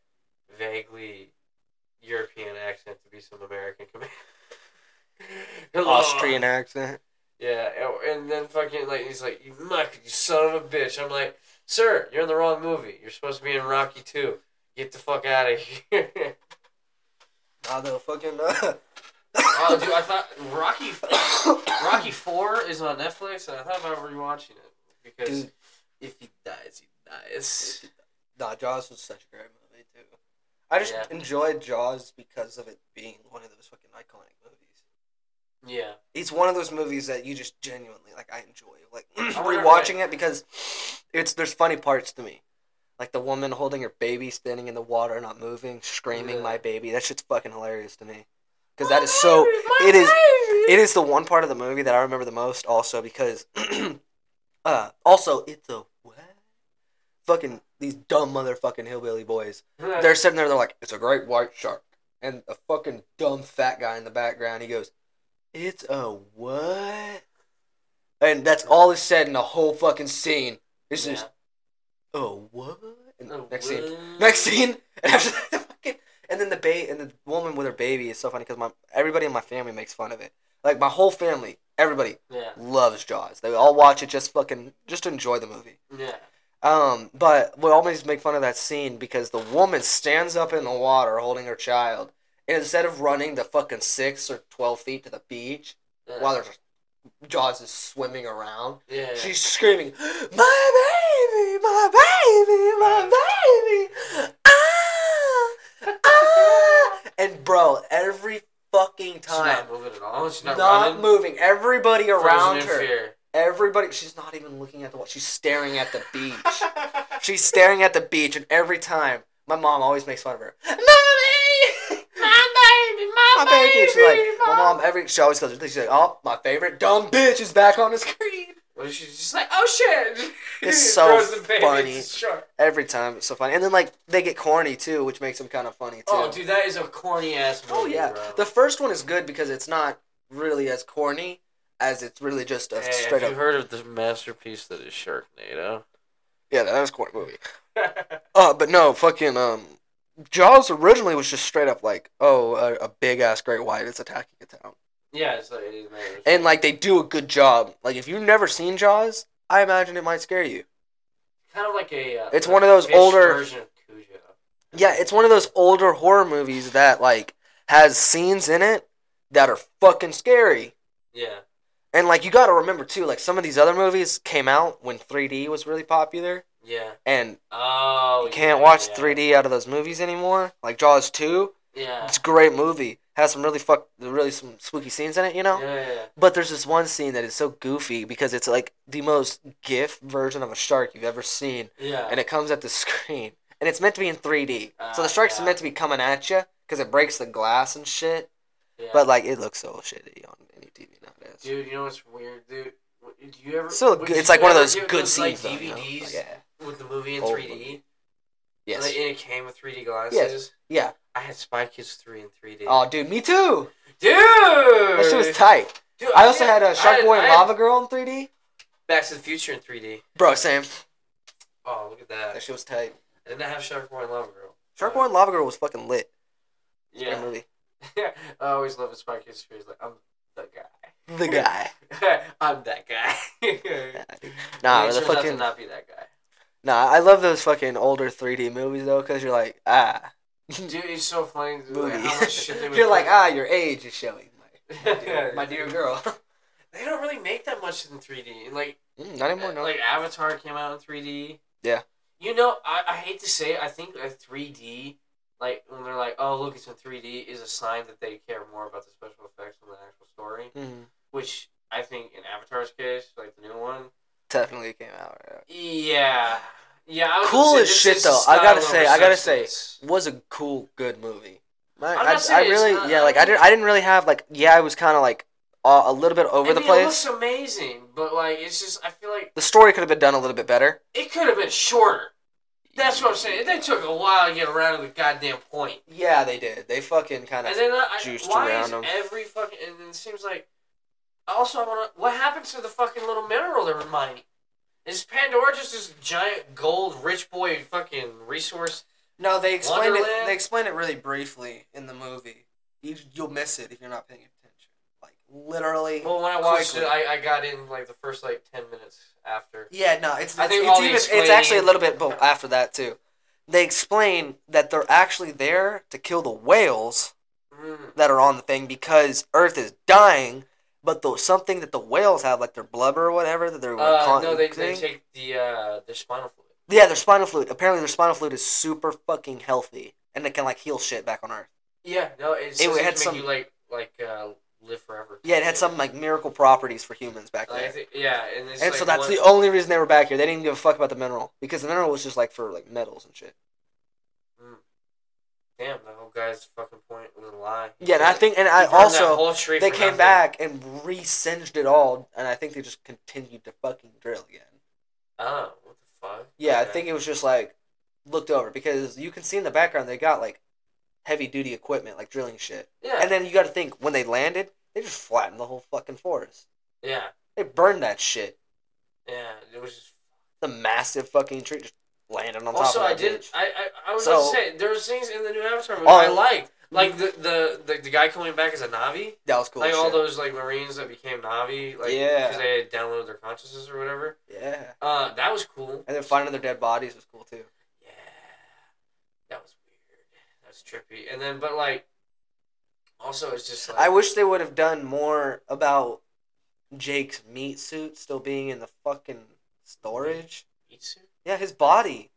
vaguely European accent to be some American commander?" Hello. Austrian accent. Yeah, and- and then fucking like he's like, "You muck, you son of a bitch." I'm like, "Sir, you're in the wrong movie. You're supposed to be in Rocky Two. Get the fuck out of here." Nah, they'll fucking. Uh... oh, dude, I thought Rocky Rocky Four is on Netflix, and I thought about rewatching it because Dude. if he dies, he dies. Nah, Jaws was such a great movie too. I just Yeah. enjoyed Jaws because of it being one of those fucking iconic movies. Yeah, It's one of those movies that you just genuinely like. I enjoy like wonder rewatching it because it's there's funny parts to me, like the woman holding her baby standing in the water not moving, screaming Yeah. "my baby." That shit's fucking hilarious to me because that is so. It is it is the one part of the movie that I remember the most. Also because, uh, also it's a what? Fucking these dumb motherfucking hillbilly boys. They're sitting there. They're like, it's a great white shark, and a fucking dumb fat guy in the background. He goes, it's a what? And that's all is said in the whole fucking scene. It's just oh what? And uh, next scene, Next scene, and after that, the fucking, and then the ba- and the woman with her baby is so funny because my everybody in my family makes fun of it. Like my whole family, everybody Yeah, loves Jaws. They all watch it, just fucking, just enjoy the movie. yeah. Um, but we always make fun of that scene because the woman stands up in the water holding her child, and instead of running the fucking six or twelve feet to the beach yeah. while there's Jaws is swimming around, yeah, yeah. She's screaming, "My baby, my baby, my baby!" Ah, ah! And bro, every fucking She's not time, moving at all. She's not, not, running. moving. Everybody Frozen around in her, fear. everybody. She's not even looking at the wall. She's staring at the beach. she's staring at the beach, and every time, my mom always makes fun of her. Mommy. my baby, my, My baby, she's like, my mom. Every she always goes, she's like, oh, my favorite dumb bitch is back on the screen. Well, she's just like, oh shit. It's so Throws the baby, funny. it's a shark. Every time it's so funny, and then like they get corny too, which makes them kind of funny too. Oh, dude, that is a corny ass movie. Oh, yeah, bro. the first one is good because it's not really as corny as it's really just a Hey, straight have up. you heard of the masterpiece that is Sharknado? yeah, that was a corny movie. Uh, but no, fucking um, Jaws originally was just straight up like, oh, a, a big ass great white is attacking a town, yeah, it's like it is matters. and like they do a good job. Like if you've never seen Jaws, I imagine it might scare you. kind of like a. Uh, It's a one of those fish older- version of Cujo. Yeah, it's one of those older horror movies that like has scenes in it that are fucking scary. Yeah, And like you got to remember too, like some of these other movies came out when 3D was really popular, yeah. and Oh, you can't yeah, watch yeah. 3D out of those movies anymore. Like Jaws 2, Yeah. it's a great movie, has some really fuck, really some spooky scenes in it, you know. Yeah, yeah, yeah. But there's this one scene that is so goofy because it's like the most GIF version of a shark you've ever seen, yeah. and it comes at the screen, and it's meant to be in 3D, so Ah, the shark's yeah. meant to be coming at you because it breaks the glass and shit. yeah. But like it looks so shitty on any TV nowadays. dude, you know what's weird, dude? What- Do you ever? So would good. It's you like one of ever those get good those, like, scenes. though, you know? DVDs Like, yeah. with the movie in Old 3D. Oh, Yes. Like, and it came with 3D glasses. yeah. I had Spy Kids 3 in 3D. Oh, dude, me too. dude! That shit was tight. Dude, I also had a I Shark had- Boy I and had Lava Girl in 3D. Back to the Future in 3D. Bro, same. Oh, look at That that. shit was tight. I didn't have Sharkboy and Lava Girl. Uh, Shark Boy and Lava Girl was fucking lit. Great Yeah. movie. yeah. I always love Spy Kids 3. It's like, I'm the guy. The guy. I'm that guy. Yeah, dude. Yeah, nah, it the turns out to fucking not be that guy. nah. I love those fucking older 3D movies though, cause you're like ah, Dude, it's so funny. movie. Like, how much shit they would You're like, put- ah, your age is showing, my, Yeah. dear- my dear girl. They don't really make that much in 3D. And, Like, Mm, not anymore, no. Uh, like Avatar came out in 3D. Yeah. You know, I, I hate to say it, I think a 3D, like, when they're like, oh, look, it's in 3D, is a sign that they care more about the special effects than the actual story. Mm, Which I think in Avatar's case, like the new one, definitely came out. yeah. yeah. Yeah. I was gonna Cool say, as this shit, is though. I style gotta over say- I gotta say, substance. was a cool, good movie. I, not I, I saying it's really, not- yeah, like I didn't, I didn't really have like, yeah, I was kind of like uh, a little bit over I the mean, It place. looks amazing, but like it's just I feel like The story could have been done a little bit better. it could have been shorter. That's what I'm saying. They took a while to get around to the goddamn point. Yeah, they did. They fucking kind And of. then I, I, juiced why around is 'em. every fucking and then it seems like also I want to what happened to the fucking little mineral they were mining? Is Pandora just this giant gold rich boy fucking resource? No, they explained it. Wonderland? They explained it really briefly in the movie. You, you'll miss it if you're not paying attention. Like literally. Well, when I watched Quickly. it, I, I got in like the first like ten minutes after. Yeah, no, it's I it's, think it's, all the even, it's actually a explaining- little bit bo- after that too. They explain that they're actually there to kill the whales Mm. that are on the thing because Earth is dying, but the, something that the whales have, like their blubber or whatever, that they're like, Uh, con- no, they, they thing- take the uh, their spinal fluid. yeah, their spinal fluid. Apparently, their spinal fluid is super fucking healthy, and it can like heal shit back on Earth. Yeah, no, it's It it, had had make some- you like like uh, live forever. Yeah, it had some like miracle properties for humans back Like, I then. think- yeah, and, it's And like so that's one- the only reason they were back here. They didn't give a fuck about the mineral because the mineral was just like for like metals and shit. damn the whole guy's fucking point was a lie. Yeah, and I think, and I He burned also that whole tree they for came nothing. back and re-singed it all, and I think they just continued to fucking drill again. Oh, what the fuck? Yeah, I Okay. think it was just like looked over because you can see in the background they got like heavy duty equipment, like drilling shit. Yeah, And then you got to think when they landed, they just flattened the whole fucking forest. yeah, They burned that shit. yeah. It was just. The massive fucking tree just landed on Also, top I of that did. bitch. I I, I was So- about to say there was things in the new Avatar movie Oh, I and- liked, like the, the the the guy coming back as a Navi, That was cool. like as all shit. those like Marines that became Navi, like Yeah. because they had downloaded their consciousness or whatever. yeah. Uh, that was cool. And then finding their dead bodies was cool too. Yeah, that was weird. That was trippy. And then, but like, also it's just like I wish they would have done more about Jake's meat suit still being in the fucking storage. meat suit. Yeah, his body.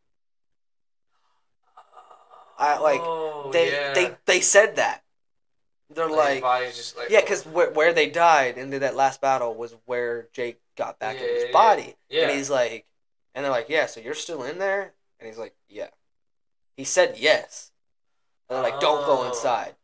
I- like, Oh, they yeah. they they said that. They're His like, body's just like yeah, because where, where they died into that last battle was where Jake got back in Yeah, his yeah, body, yeah. and he's like, and they're like, yeah, so you're still in there, and he's like, yeah. He said yes. And they're like, don't go Oh. inside,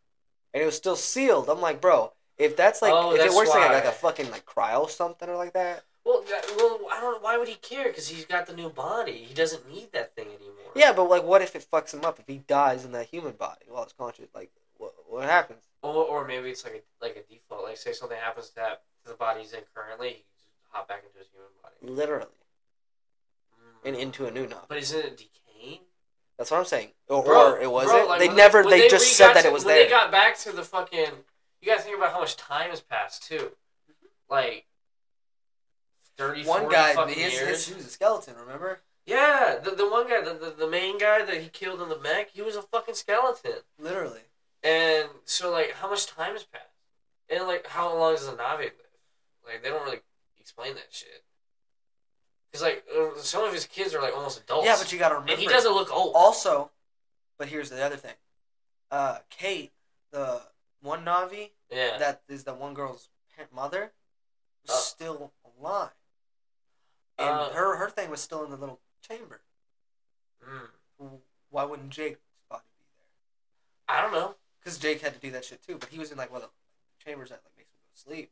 and it was still sealed. I'm like, bro, if that's like, Oh, if that's it works like, why. like a fucking like cryo something or like that. Well, that, well, I don't. Why would he care? Because he's got the new body. He doesn't need that thing anymore. Yeah, but like, what if it fucks him up if he dies in that human body while it's conscious? Like, what what happens? Or, or maybe it's like a like a default. Like say something happens to that to the body he's in currently, he can just hop back into his human body Literally, Mm. and into a new knob. But isn't it decaying? That's what I'm saying. Or, Bro, or it wasn't. bro, like, they when never. when They, re- just said got that to- it was when there. They got back to the fucking. You gotta think about how much time has passed too. Like. 30, 40 fucking years. was a skeleton. Remember? Yeah, the, the one guy, the, the, the main guy that he killed in the mech, he was a fucking skeleton. Literally. And so, like, how much time has passed? And, like, how long does a Navi live? Like, they don't really explain that shit. Because, like, uh, some of his kids are, like, almost adults. Yeah, but you gotta remember. Oh, And he doesn't look old. Also, but here's the other thing. Uh, Kate, the one Navi yeah. that is the one girl's parent mother, was Uh. still alive, and Uh. her her thing was still in the little chamber. Mm. Why wouldn't Jake's body be there? I don't know. Because Jake had to do that shit too, but he was in like one of the chambers that like makes him go to sleep.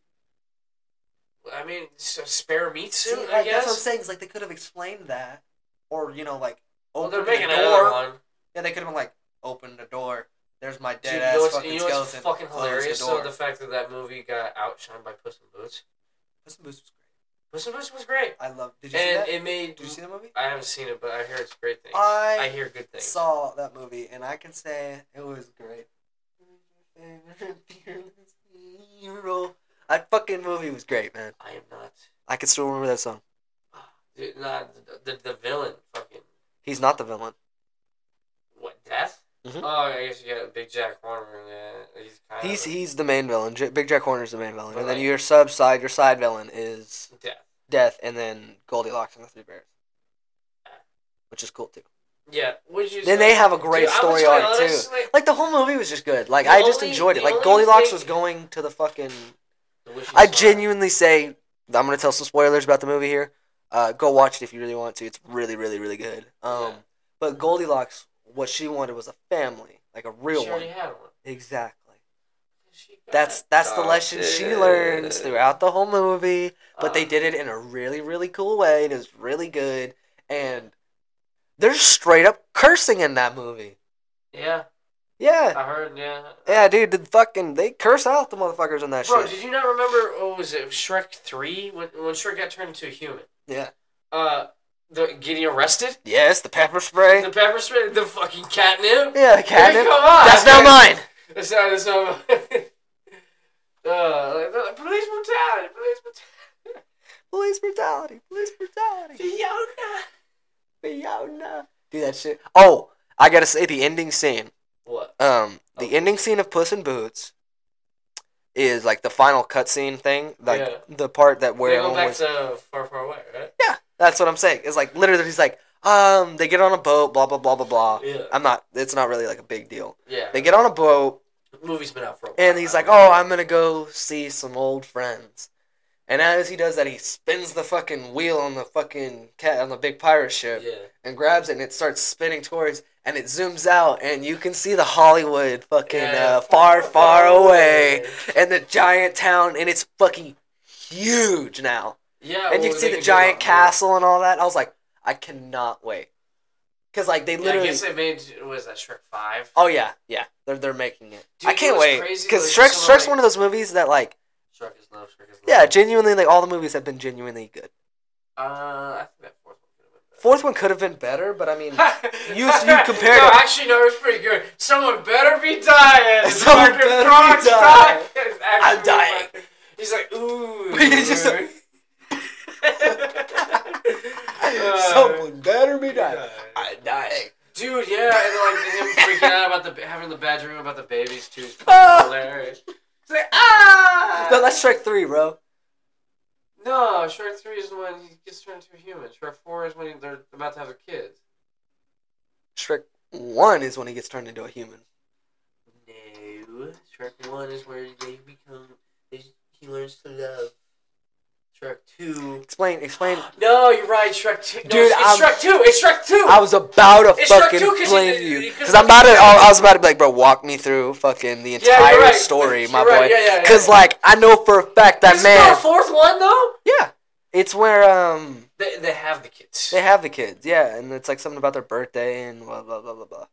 I mean, s- spare meat See, suit, like, I That's what I'm guess. saying. Is like they could have explained that, or you know, like Well, open they're making the another door. one. Yeah, they could have been like, open the door. There's my Dude, you dead know ass what's, fucking you know what's skeleton. fucking Close the hilarious? door. so, the fact that that movie got outshined by Puss in Boots. Puss in Boots was Puss in Boots was great. great. I love. Did you see And that? it made. Did you see that movie? I haven't seen it, but I hear it's great things. I hear good things. Saw that movie, and I can say it was great. Favorite fearless hero. That fucking movie was great, man. I am not. I can still remember that song. Dude, not the, the, the villain. Fucking He's not the villain. what? Death? Mhm. Oh, I guess you got Big Jack Horner. Yeah, he's kind He's of he's the main villain. J- Big Jack Horner's the main villain, and then Right. your sub side, your side villain is death. Death, and then Goldilocks and the Three Bears, which is cool too. Yeah, would you? Then say- they have a great Dude, I was story like, arc too. honestly, Like the whole movie was just good. Like The I just only- enjoyed it. the Like only Goldilocks thing- was going to the fucking. the wishing I star. genuinely say I'm gonna tell some spoilers about the movie here. Uh, go watch it if you really want to. It's really, really, really good. Um, Yeah. but Goldilocks, what she wanted was a family, like a real She one. already had one. Exactly. She got Oh, That's that's the adopted. lesson she learns throughout the whole movie. But they Uh, did it in a really, really cool way. It was really good, and there's straight up cursing in that movie. Yeah, Yeah, I heard. Yeah. yeah, dude. The fucking they curse out the motherfuckers in that Bro, shit. did you not remember? What was it? Shrek three when when Shrek got turned into a human. Yeah. Uh, the getting arrested. Yes, the pepper spray. The pepper spray. The fucking catnip. yeah, I mean, catnip. come on. That's not mine. That's not. That's not. Uh, like, police brutality. Police brutality. Police brutality. Police brutality. Fiona. Fiona. Do that shit. Oh, I gotta say the ending scene. What? Um, the Okay. ending scene of Puss in Boots is like the final cutscene thing, like Yeah. the part that where They go everyone back was. to far, far away, right? That's what I'm saying. It's like literally, he's like, um, they get on a boat, blah blah blah blah blah. Yeah. I'm not. It's not really like a big deal. Yeah. They get on a boat. the movie's been out for a while. And he's like, "Oh, I'm gonna go see some old friends." And as he does that, he spins the fucking wheel on the fucking cat on the big pirate ship Yeah. and grabs it, and it starts spinning towards, and it zooms out, and you can see the Hollywood fucking Yeah. uh, far, far away, and the giant town, and it's fucking huge now, Yeah. and well, you can see they the do a lot giant more. castle and all that. I was like, I cannot wait, cause like they Yeah, literally. I guess they made what is that Shrek five? Oh yeah, yeah. They're they're making it. Dude, I you know can't what's wait crazy? because Like, Shrek's, someone Shrek's like- one of those movies that like Shrek is love. Shrek is love. yeah, genuinely like all the movies have been genuinely good. Uh, I think that fourth one could have been better. Fourth one could have been better, but I mean, You- you compared no, it. actually, no, it's pretty good. Someone better be dying. Someone Fucking better be Krog's dying. dying. It's I'm actually dying. funny. He's like, ooh. He's just a- someone better be dying. I'm dying. Uh, Dude, yeah, and like him freaking out about the having the bad dream about the babies too. is Oh. fucking hilarious. He's like, ah. No, that's Shrek three, bro. No, Shrek 3 is when he gets turned into a human. Shrek 4 is when they're about to have their kids. Shrek one is when he gets turned into a human. No. Shrek 1 is where they become. They, he learns to love. Shrek 2. Explain, explain. No, you're right, Shrek 2. No, Dude, it's, I'm- it's Shrek 2! It's Shrek 2! I was about to It's Shrek fucking 2 'cause he- blame you because- because I'm about to. oh, I was about to be like, bro, walk me through fucking the Yeah, you're entire right. story, You're my right, boy. yeah, yeah, yeah. Because like I know for a fact that This is man. the fourth one, though? Yeah. It's where um They, they have the kids. they have the kids, yeah, and it's like something about their birthday and blah blah blah blah blah.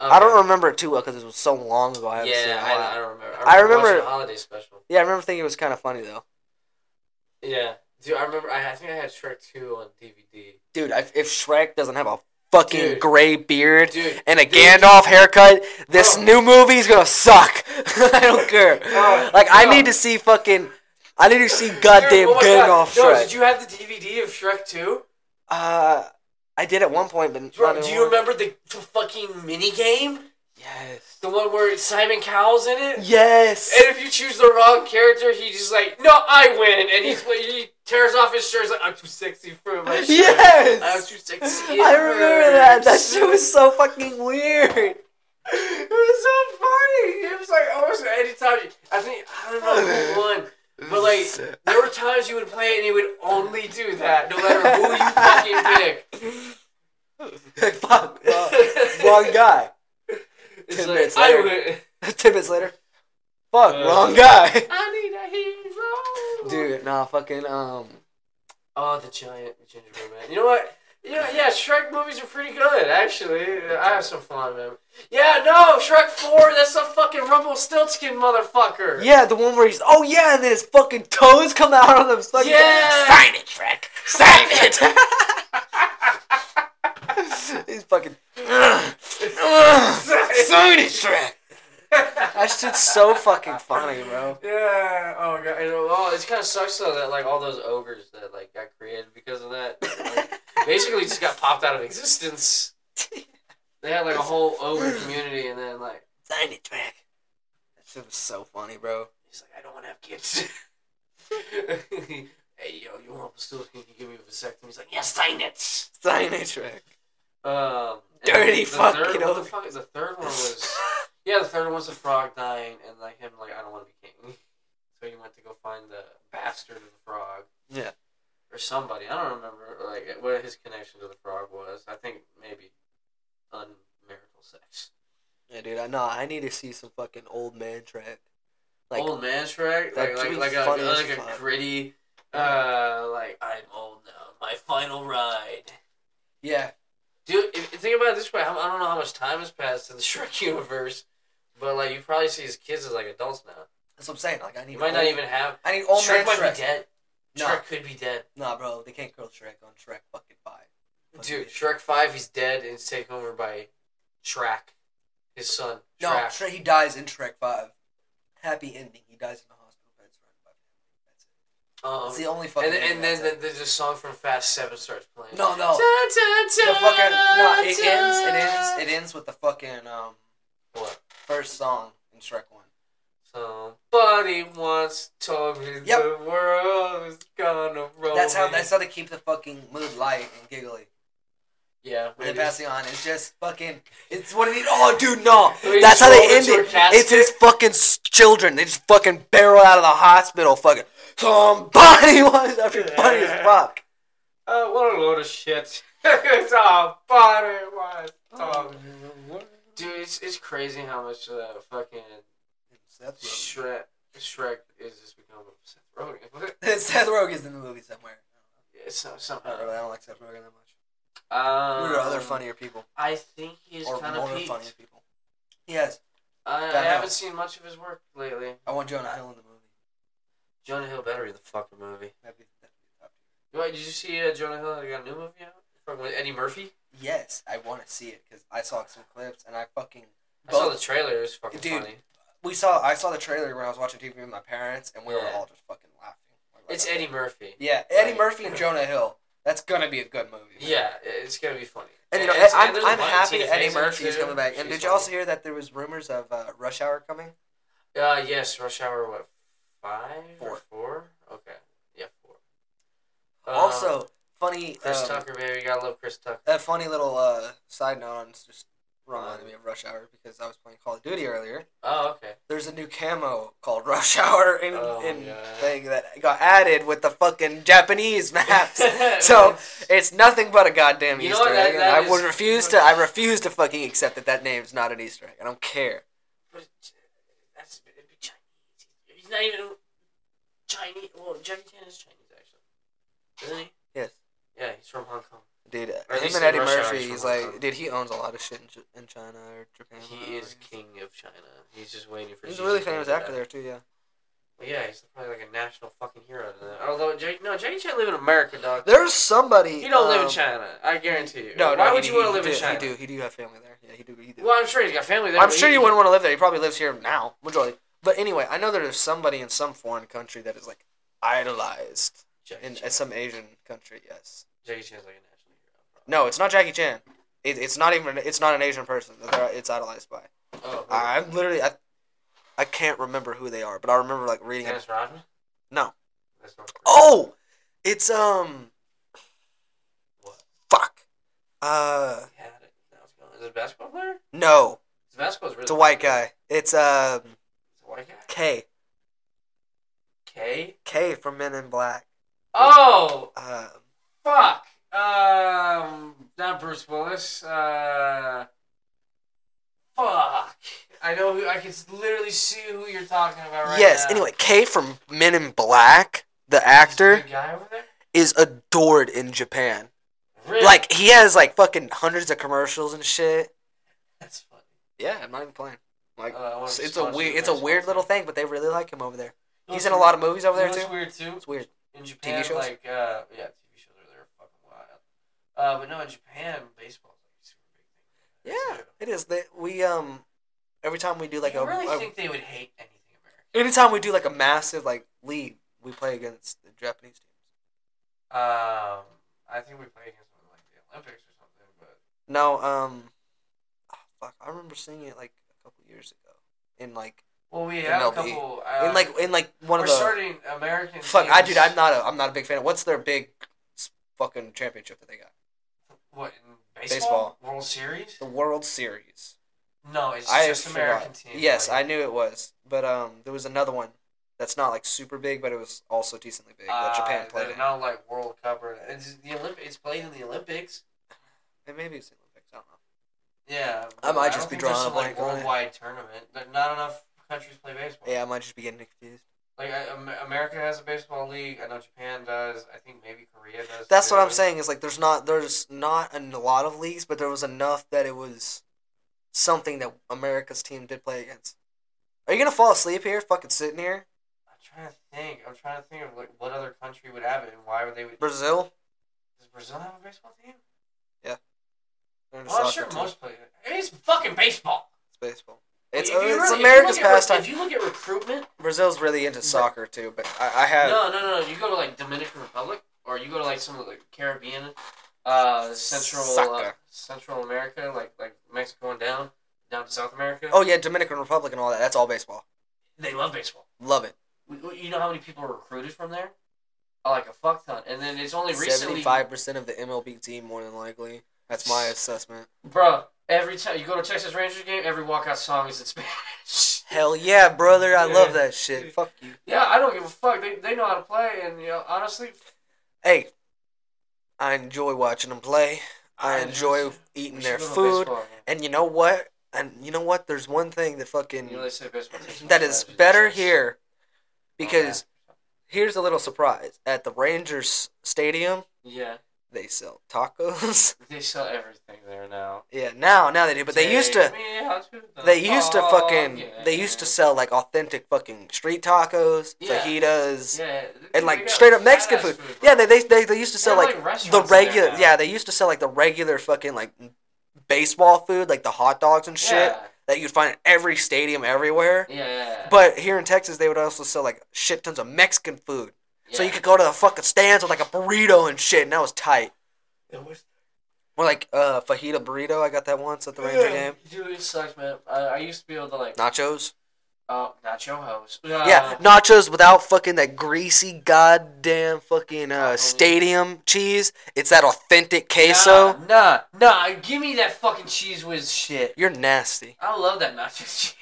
Okay. I don't remember it too well because it was so long ago. I haven't seen it Yeah, in a I, I while. don't remember. I I remember, remember- watching the holiday special. Yeah, I remember thinking it was kind of funny though, Yeah. Dude, I remember. I, I think I had Shrek 2 on DVD. dude. I, if Shrek doesn't have a fucking Dude. gray beard Dude. and a dude, Gandalf haircut, this Bro. new movie's gonna suck. I don't care. Bro, like I no. need to see fucking. I need to see goddamn Dude, oh my Gandalf God. No, Shrek. did you have the DVD of Shrek 2? uh, I did at one point, but not Bro, do you anymore. remember the, the fucking mini game? Yes. The one where Simon Cowell's in it? Yes. And if you choose the wrong character, he just like, no, I win. And he's, he tears off his shirt. He's like, I'm too sexy for my shirt. Yes. I'm too sexy. I remember that. That shit was. was so fucking weird. It was so funny. It was like almost any time. you- I think I don't know who won, but like there were times you would play it and you would only do that, no matter who you fucking pick. Fuck. Wrong, wrong guy. It's Ten like, minutes I later. would. Ten minutes later. Fuck. Uh. wrong guy. I need a hero. Dude, nah, fucking um. Oh, the giant gingerbread man. You know what? You know, yeah, Shrek movies are pretty good, actually. I have some fun, man. Yeah, no, Shrek 4, that's a fucking Rumpelstiltskin motherfucker. Yeah, the one where he's oh yeah, and then his fucking toes come out on them. Fucking Yeah. Sign it, Shrek. Sign it. he's fucking. "Ugh, ugh, Sign it, Shrek. That shit's so fucking funny, bro. Yeah, oh god, and, oh, it kind of sucks though that like all those ogres that like got created because of that, like, basically just got popped out of existence. They had like a whole ogre community, and then like Tiny Drag. That shit was so funny, bro. he's like, I don't want to have kids. hey yo, you want to still? Can you give me a vasectomy? He's like, yeah, sign it. Tiny Drag. Um, and Dirty the fucking third, what ogre. the fuck? The third one was yeah. The third one was the frog dying, and like him like I don't want to be king. So he went to go find the bastard of the frog. Yeah. Or somebody. I don't remember like what his connection to the frog was. I think maybe unmarital sex. yeah, dude. I know. I need to see some fucking old man track. Like, old man Shrek, like that'd like be like a, funny as like a fuck. gritty, uh, like I'm old now. My final ride, yeah, dude. If, if- think about it this way. I I don't know how much time has passed in the Shrek universe, but like you probably see his kids as like adults now. that's what I'm saying. Like, I need. You might not old- even have. I need old Shrek man might Shrek. be dead. No. Shrek could be dead, Nah, bro. They can't kill Shrek on Shrek fucking five. Fucking dude. idiot. Shrek Five, he's dead, and it's taken over by Shrek, his son. No, Shrek. Shrek. He dies in Shrek Five. Happy ending. He dies in the hospital bed surrounded by family. That's it. Um, That's the only fucking. and ending and then that's the, the, the song from Fast Seven starts playing. it. no, no. Oh. The fucking no. It ends. It ends. It ends with the fucking um What? first song in Shrek One. Somebody once told me Yep. the world is gonna roll. That's how. me. That's how they keep the fucking mood light and giggly. yeah. When it they pass is. it on, it's just fucking. It's what it is. Oh, dude, no. They That's how throw they it end into it. a casket. It's his fucking s- children. They just fucking barrel out of the hospital. Fucking somebody was that'd be funny as fuck. Uh, what a load of shit. Somebody once told me. Dude, it's it's crazy how much uh, fucking Seth Shrek Shrek is just becoming Seth Rogen. Rogen. Seth Rogen's in the movie somewhere. it's so, I don't somehow. really. I don't like Seth Rogen that much. Um, Who are Uh, other funnier people I think he's or kind of more peaked. funnier people? Yes, I, I Don't know. haven't seen much of his work lately. I want Jonah Hill in the movie. Jonah Hill better be in the fucking movie. That'd be, that'd be top tier. Wait, did you see uh, Jonah Hill got a new movie out from with Eddie Murphy? Yes, I want to see it because I saw some clips and I fucking. I saw the trailer. It was fucking Dude, funny. we saw I saw the trailer when I was watching TV with my parents, and we were Yeah. all just fucking laughing. Like, It's like- Eddie Murphy. Yeah, Eddie Like- Murphy and Jonah Hill. That's gonna be a good movie. man. Yeah, it's gonna be funny. and you know it's- I'm, there's a I'm Martin happy Tina Eddie Fey's in it, Murphy is too. coming back. And She's did you also funny. hear that there was rumors of uh, Rush Hour coming? Uh, yes, Rush Hour. What five or Four. four? Okay, yeah, four. Uh, also, funny, Chris um, Tucker, baby, gotta love Chris Tucker. a funny little uh, side note. on- It's just reminded me of Rush Hour because I was playing Call of Duty earlier. Oh, okay. There's a new camo called Rush Hour in, Oh, in yeah. thing that got added with the fucking Japanese maps. So, It's nothing but a goddamn You know Easter what, that- egg, and that I is- would refuse to. I refuse to fucking accept that that name's not an Easter egg. I don't care. But it's- that's it'd be Chinese. He's not even Chinese. Well, Jackie Chan is Chinese actually, isn't he? Yes, Yeah, he's from Hong Kong. dude. Or at Him least and in Eddie Russia, Murphy. it's He's from Hong like, Kong. dude. He owns a lot of shit in, J- in China or Japan. He or- is king of China. He's just waiting for. He's Xi a really Jinping famous to die. actor there too. Yeah. Well, yeah, he's probably like a national fucking hero. to them. Although Jackie, no, Jackie Chan live in America, dog. There's somebody. He don't live in um, China. I guarantee you. No, no. Why he- would you he- want to live he in do- China? He do. He do have family there. Yeah, he do. He do. Well, I'm sure he's got family there. I'm but sure he- you wouldn't want to live there. He probably lives here now, majority. But anyway, I know that there's somebody in some foreign country that is like idolized Jackie, in Chan. some Asian country. Yes. Jackie Chan's like a national hero. No, it's not Jackie Chan. It, it's not even. It's not an Asian person that they're, it's idolized by. Oh, who? I, I'm literally. I, I can't remember who they are, but I remember like reading it. Dennis Rodman. No. That's not. Oh, it's um. What? Fuck. Uh, He had it. Now it's gone. Is it a basketball player? no, His basketball's really. it's a white popular. guy. It's um It's a white guy. K K. K from Men in Black. Oh Um, fuck. Um, not Bruce Willis. Uh, fuck. I know. Who, I can literally see who you're talking about right yes. now. Anyway, K from Men in Black, the He's actor, a big guy over there? is adored in Japan. Really? Like he has like fucking hundreds of commercials and shit. that's funny. Yeah, I'm not even playing. Like Uh, I wanna it's, it's a sponsor weird, the it's a baseball weird little team. thing, but they really like him over there. You know He's what's in a lot of movies over weird- there you know too. what's weird too. It's weird. In Japan, shows? like uh, yeah, TV shows are there fucking wild. Uh, but no, in Japan, baseball's like a super big Yeah, thing. it is. They, we um, every time we do like I a, really a- think they would hate anything American. anytime we do like a massive like league, we play against the Japanese teams. Um, I think we play against them in like the Olympics or something, but No, um, fuck, I remember seeing it like a couple years ago in like Well, we have a MLB. couple. Uh, in like in like one we're of the starting American. fuck. I dude, teams. I'm not a I'm not a big fan. of What's their big s- fucking championship that they got? What in baseball? Baseball. World Series? The World Series. No, it's I just forgot. American team. Yes, like, I knew it was, but um, there was another one that's not like super big, but it was also decently big that Japan uh, played they're in. Not like World Cup or it's the Olymp- It's played in the Olympics. And maybe it's the Olympics. I don't know. Yeah, I might don't just be think there's drawing a some, like blank on it. worldwide tournament. There- Not enough countries play baseball. Yeah, I might just be getting confused. Like I, Am- America has a baseball league. I know Japan does. I think maybe Korea does. That's what I'm too. saying. Is like there's not there's not a lot of leagues, but there was enough that it was something that America's team did play against. Are you gonna fall asleep here? Fucking sitting here, I'm trying to think. I'm trying to think of like what other country would have it and why would they? Would... Brazil. Does Brazil have a baseball team? They're in a Well, I'm soccer sure team. most play. I mean, it's fucking baseball. It's baseball. It's, If you it's really- if you America's look at re- pastime. If you look at recruitment, Brazil's really into soccer too, but I, I have No, no, no, no. You go to like Dominican Republic, or you go to like some of the Caribbean, uh, Central uh, Soccer. Central America, like like Mexico and down, down to South America. oh yeah, Dominican Republic and all that. That's all baseball. they love baseball. Love it. We- we- You know how many people are recruited from there? Oh, like a fuck ton. And then it's only recently, Seventy-five percent of the MLB team, more than likely. That's my assessment. bro. Every time you go to a Texas Rangers game, every walkout song is in Spanish. Hell yeah, brother! I love Yeah. that shit. Fuck you. yeah, I don't give a fuck. They, they know how to play, and you know honestly, Hey, I enjoy watching them play. I enjoy eating we their should go to a food. baseball game. And you know what? And you know what? There's one thing that fucking You know, they say baseball takes that Oh, much is time, better it's- oh, here, because Okay. here's a little surprise. At the Rangers stadium, yeah. they sell tacos. They sell everything there now. yeah, now now they do, but they used to. Take me out to the They used to ball fucking. game. They used to sell like authentic fucking street tacos, Yeah. fajitas, Yeah, and they like got straight up Mexican fast food. Yeah, bro. they they, they, they used to They sell have, like the restaurants in there regular. now. Yeah, they used to sell like the regular fucking like baseball food, like the hot dogs and shit Yeah, that you'd find at every stadium everywhere. yeah. yeah. But here in Texas, they would also sell like shit tons of Mexican food. So you could go to the fucking stands with like a burrito and shit, and that was tight. It was Or like uh, fajita burrito. I got that once at the Ranger game. Dude, it sucks, man. I, I used to be able to like. Nachos. Oh, nacho house. Uh, Yeah, nachos without fucking that greasy goddamn fucking uh, Tacos. stadium cheese. It's that authentic queso. Nah, nah, nah. Give me that fucking cheese whiz shit. You're nasty. I love that nacho cheese.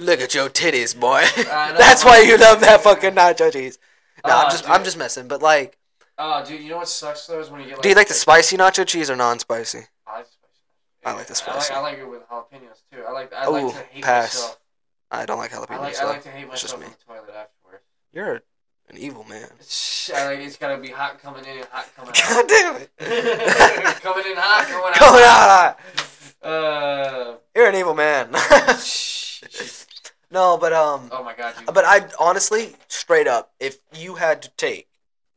Look at your titties, boy. I know. That's why you love that fucking nacho cheese. No, Ah, I'm just I'm dude. just messing. But like, Oh, dude, you know what sucks though is when you get like. do you like the spicy nacho cheese or non-spicy? I like the spicy. I like the spicy. I like, I like it with jalapenos too. I like. I like Ooh, to hate pass. myself. I don't like I jalapeno like. I so like to hate It's just myself in the toilet afterwards. You're an evil man. Shh, I like it's gotta be hot coming in and hot coming God out. damn it. coming in hot, going out. Going out. Uh, You're an evil man. shh. no, but um. oh my god, dude. But I honestly, straight up, if you had to take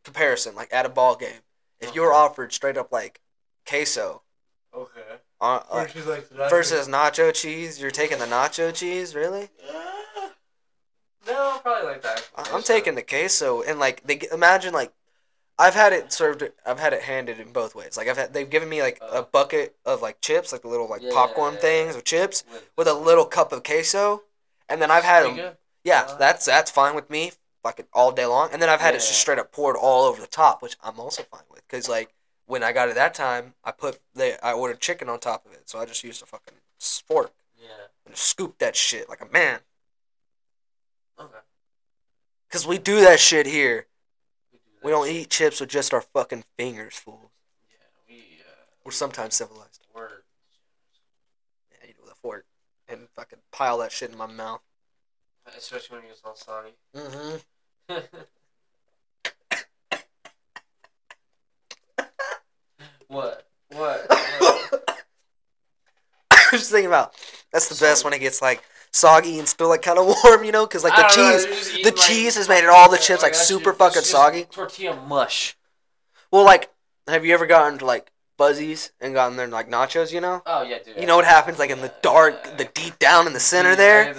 comparison, like at a ball game, if you were offered straight up like queso okay. uh, uh, Versus like the versus nacho cheese, you're taking the nacho cheese, really? Uh, no, probably like that. I- I'm taking the queso, and like they g- imagine like I've had it served, I've had it handed in both ways. Like I've had, they've given me like Uh. a bucket of like chips, like the little like Yeah, popcorn yeah, yeah. things with chips, With- with a little cup of queso, and then I've had Pretty them. good. Yeah, Uh, that's that's fine with me. Fucking all day long, and then I've had it Yeah. just straight up poured all over the top, which I'm also fine with. Cause like when I got it that time, I put they I ordered chicken on top of it, so I just used a fucking fork Yeah. and scooped that shit like a man. Okay. Cause we do that shit here. We, do that. We don't eat chips with just our fucking fingers, fools. Yeah, we uh, We're sometimes civilized. we're Yeah, eat it with a fork and fucking pile that shit in my mouth. especially when you get all soggy. Mm-hmm. what? What? What? I was just thinking about that's the best when it gets like soggy and still like kind of warm, you know, because like the I don't know, cheese. they're just eating, the like- cheese has made it all the chips, like, that shit- super it's fucking just soggy. Tortilla mush. Well, like, have you ever gotten to like Buzzies and gotten their like nachos? You know, Oh yeah, dude. you know what happens like in the dark, the deep down in the center there.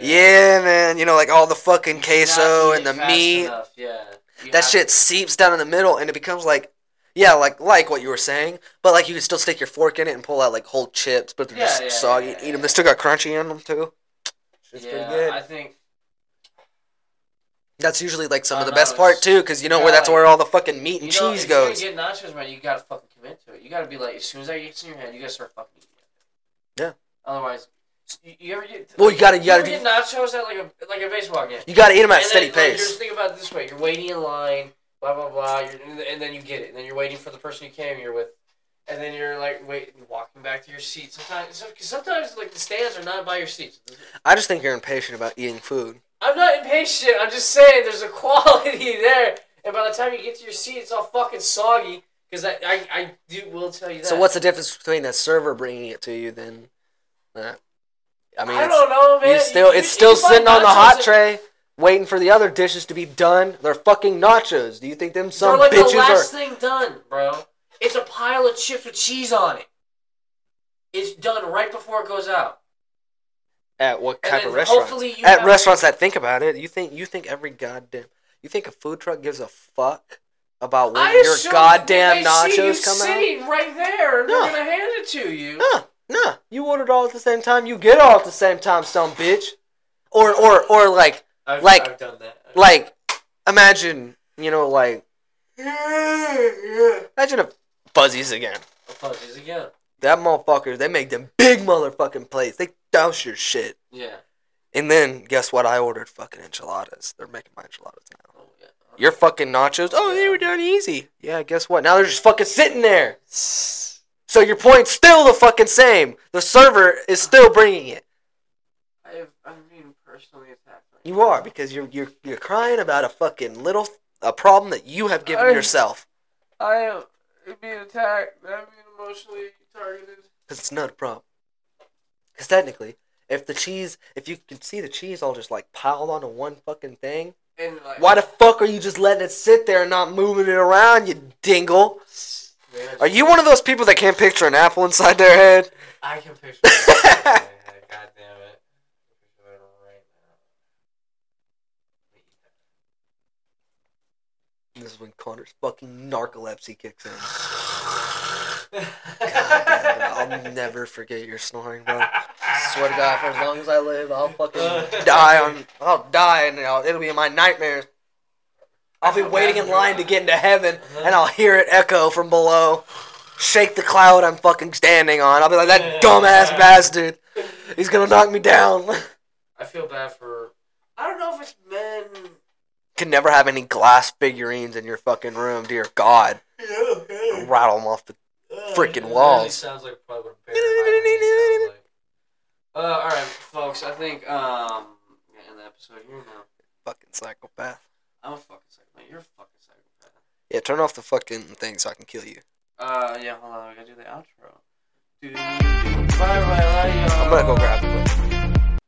Yeah, man. You know, like all the fucking queso and the meat. Enough. Yeah. You That have- shit seeps down in the middle, and it becomes like Yeah, like like what you were saying, but like you could still stick your fork in it and pull out like whole chips, but they're Yeah, just yeah, soggy. yeah, eat yeah. them. They still got crunchy on them too. It's yeah, pretty good. I think that's usually like some I of the don't best know, part it's- too, because you know yeah, where that's like- where all the fucking meat you know, and cheese if goes. You're gonna get nachos, man. You gotta fucking commit to it. You gotta be like, as soon as that gets in your head, you gotta start fucking eating it. Yeah. Otherwise, s- you, you ever get? Well, you gotta- you gotta ever do- get nachos at like a like a baseball game. You gotta eat them at And steady then, Like, you're pace. just thinking about it this way: you're waiting in line, blah blah blah, you're, and then- and then you get it, and then you're waiting for the person you came here with, and then you're like waiting, walking back to your seat. Sometimes, so- 'cause sometimes like the stands are not by your seats. I just think you're impatient about eating food. I'm not impatient. I'm just saying there's a quality there, and by the time you get to your seat, it's all fucking soggy. Because I, I, I do will tell you that. So what's the difference between the server bringing it to you then? That I mean, I it's, don't know, man. you still You- it's you still buy sitting on the nachos hot at- tray, waiting for the other dishes to be done. They're fucking nachos. Do you think them They're some like bitches the are? last thing done, bro. It's a pile of chips with cheese on it. It's done right before it goes out. At what And type then of restaurants? hopefully you At have- restaurants that think about it, you think you think every goddamn you think a food truck gives a fuck about when I your assume goddamn that they see you nachos come out? sitting right there, and No. they're gonna hand it to you. Nah, nah. You ordered all at the same time. You get all at the same time, some bitch. Or or or like I've, Like- I've done that. like imagine you know like yeah. imagine if fuzzies again. Apologies again. That motherfucker, they make them big motherfucking plates. They douse your shit. Yeah. And then guess what? I ordered fucking enchiladas. They're making my enchiladas now. Oh, yeah. Your fucking nachos. Oh, they were done easy. Yeah, guess what? Now they're just fucking sitting there. So your point's still the fucking same. The server is still bringing it. I've, I'm being personally attacked. Right You are because you're you're you're crying about a fucking little a problem that you have given I- yourself. now. I am being attacked. I'm being emotionally targeted. Because it's not a problem. Because technically, if the cheese, if you can see the cheese all just like piled onto one fucking thing, And like, why the fuck are you just letting it sit there and not moving it around, you dingle? Man, Are you one of those people that can't picture an apple inside their head? I can picture. it. God damn it. I can picture it right now. This is when Connor's fucking narcolepsy kicks in. God, I'll never forget your snoring, bro. Swear to God, for as long as I live, I'll fucking Uh. die on. I'll die, and I'll, it'll be in my nightmares. I'll be waiting in line to get into heaven, and I'll hear it echo from below, shake the cloud I'm fucking standing on. I'll be like that dumbass bastard. He's gonna knock me down. I feel bad for. I don't know if it's men. Can never have any glass figurines in your fucking room, dear God. Rattle them off the. It Freaking really walls. sounds like probably what a bear hibernating sounds like. Uh, all right, folks. I think um, we're gonna end the episode here now. Fucking psychopath. I'm a fucking psychopath. You're a fucking psychopath. Yeah, turn off the fucking thing so I can kill you. Uh, yeah. Hold on. We gotta do the outro. Dude, bye, bye, bye, y'all. I'm gonna go grab the whip.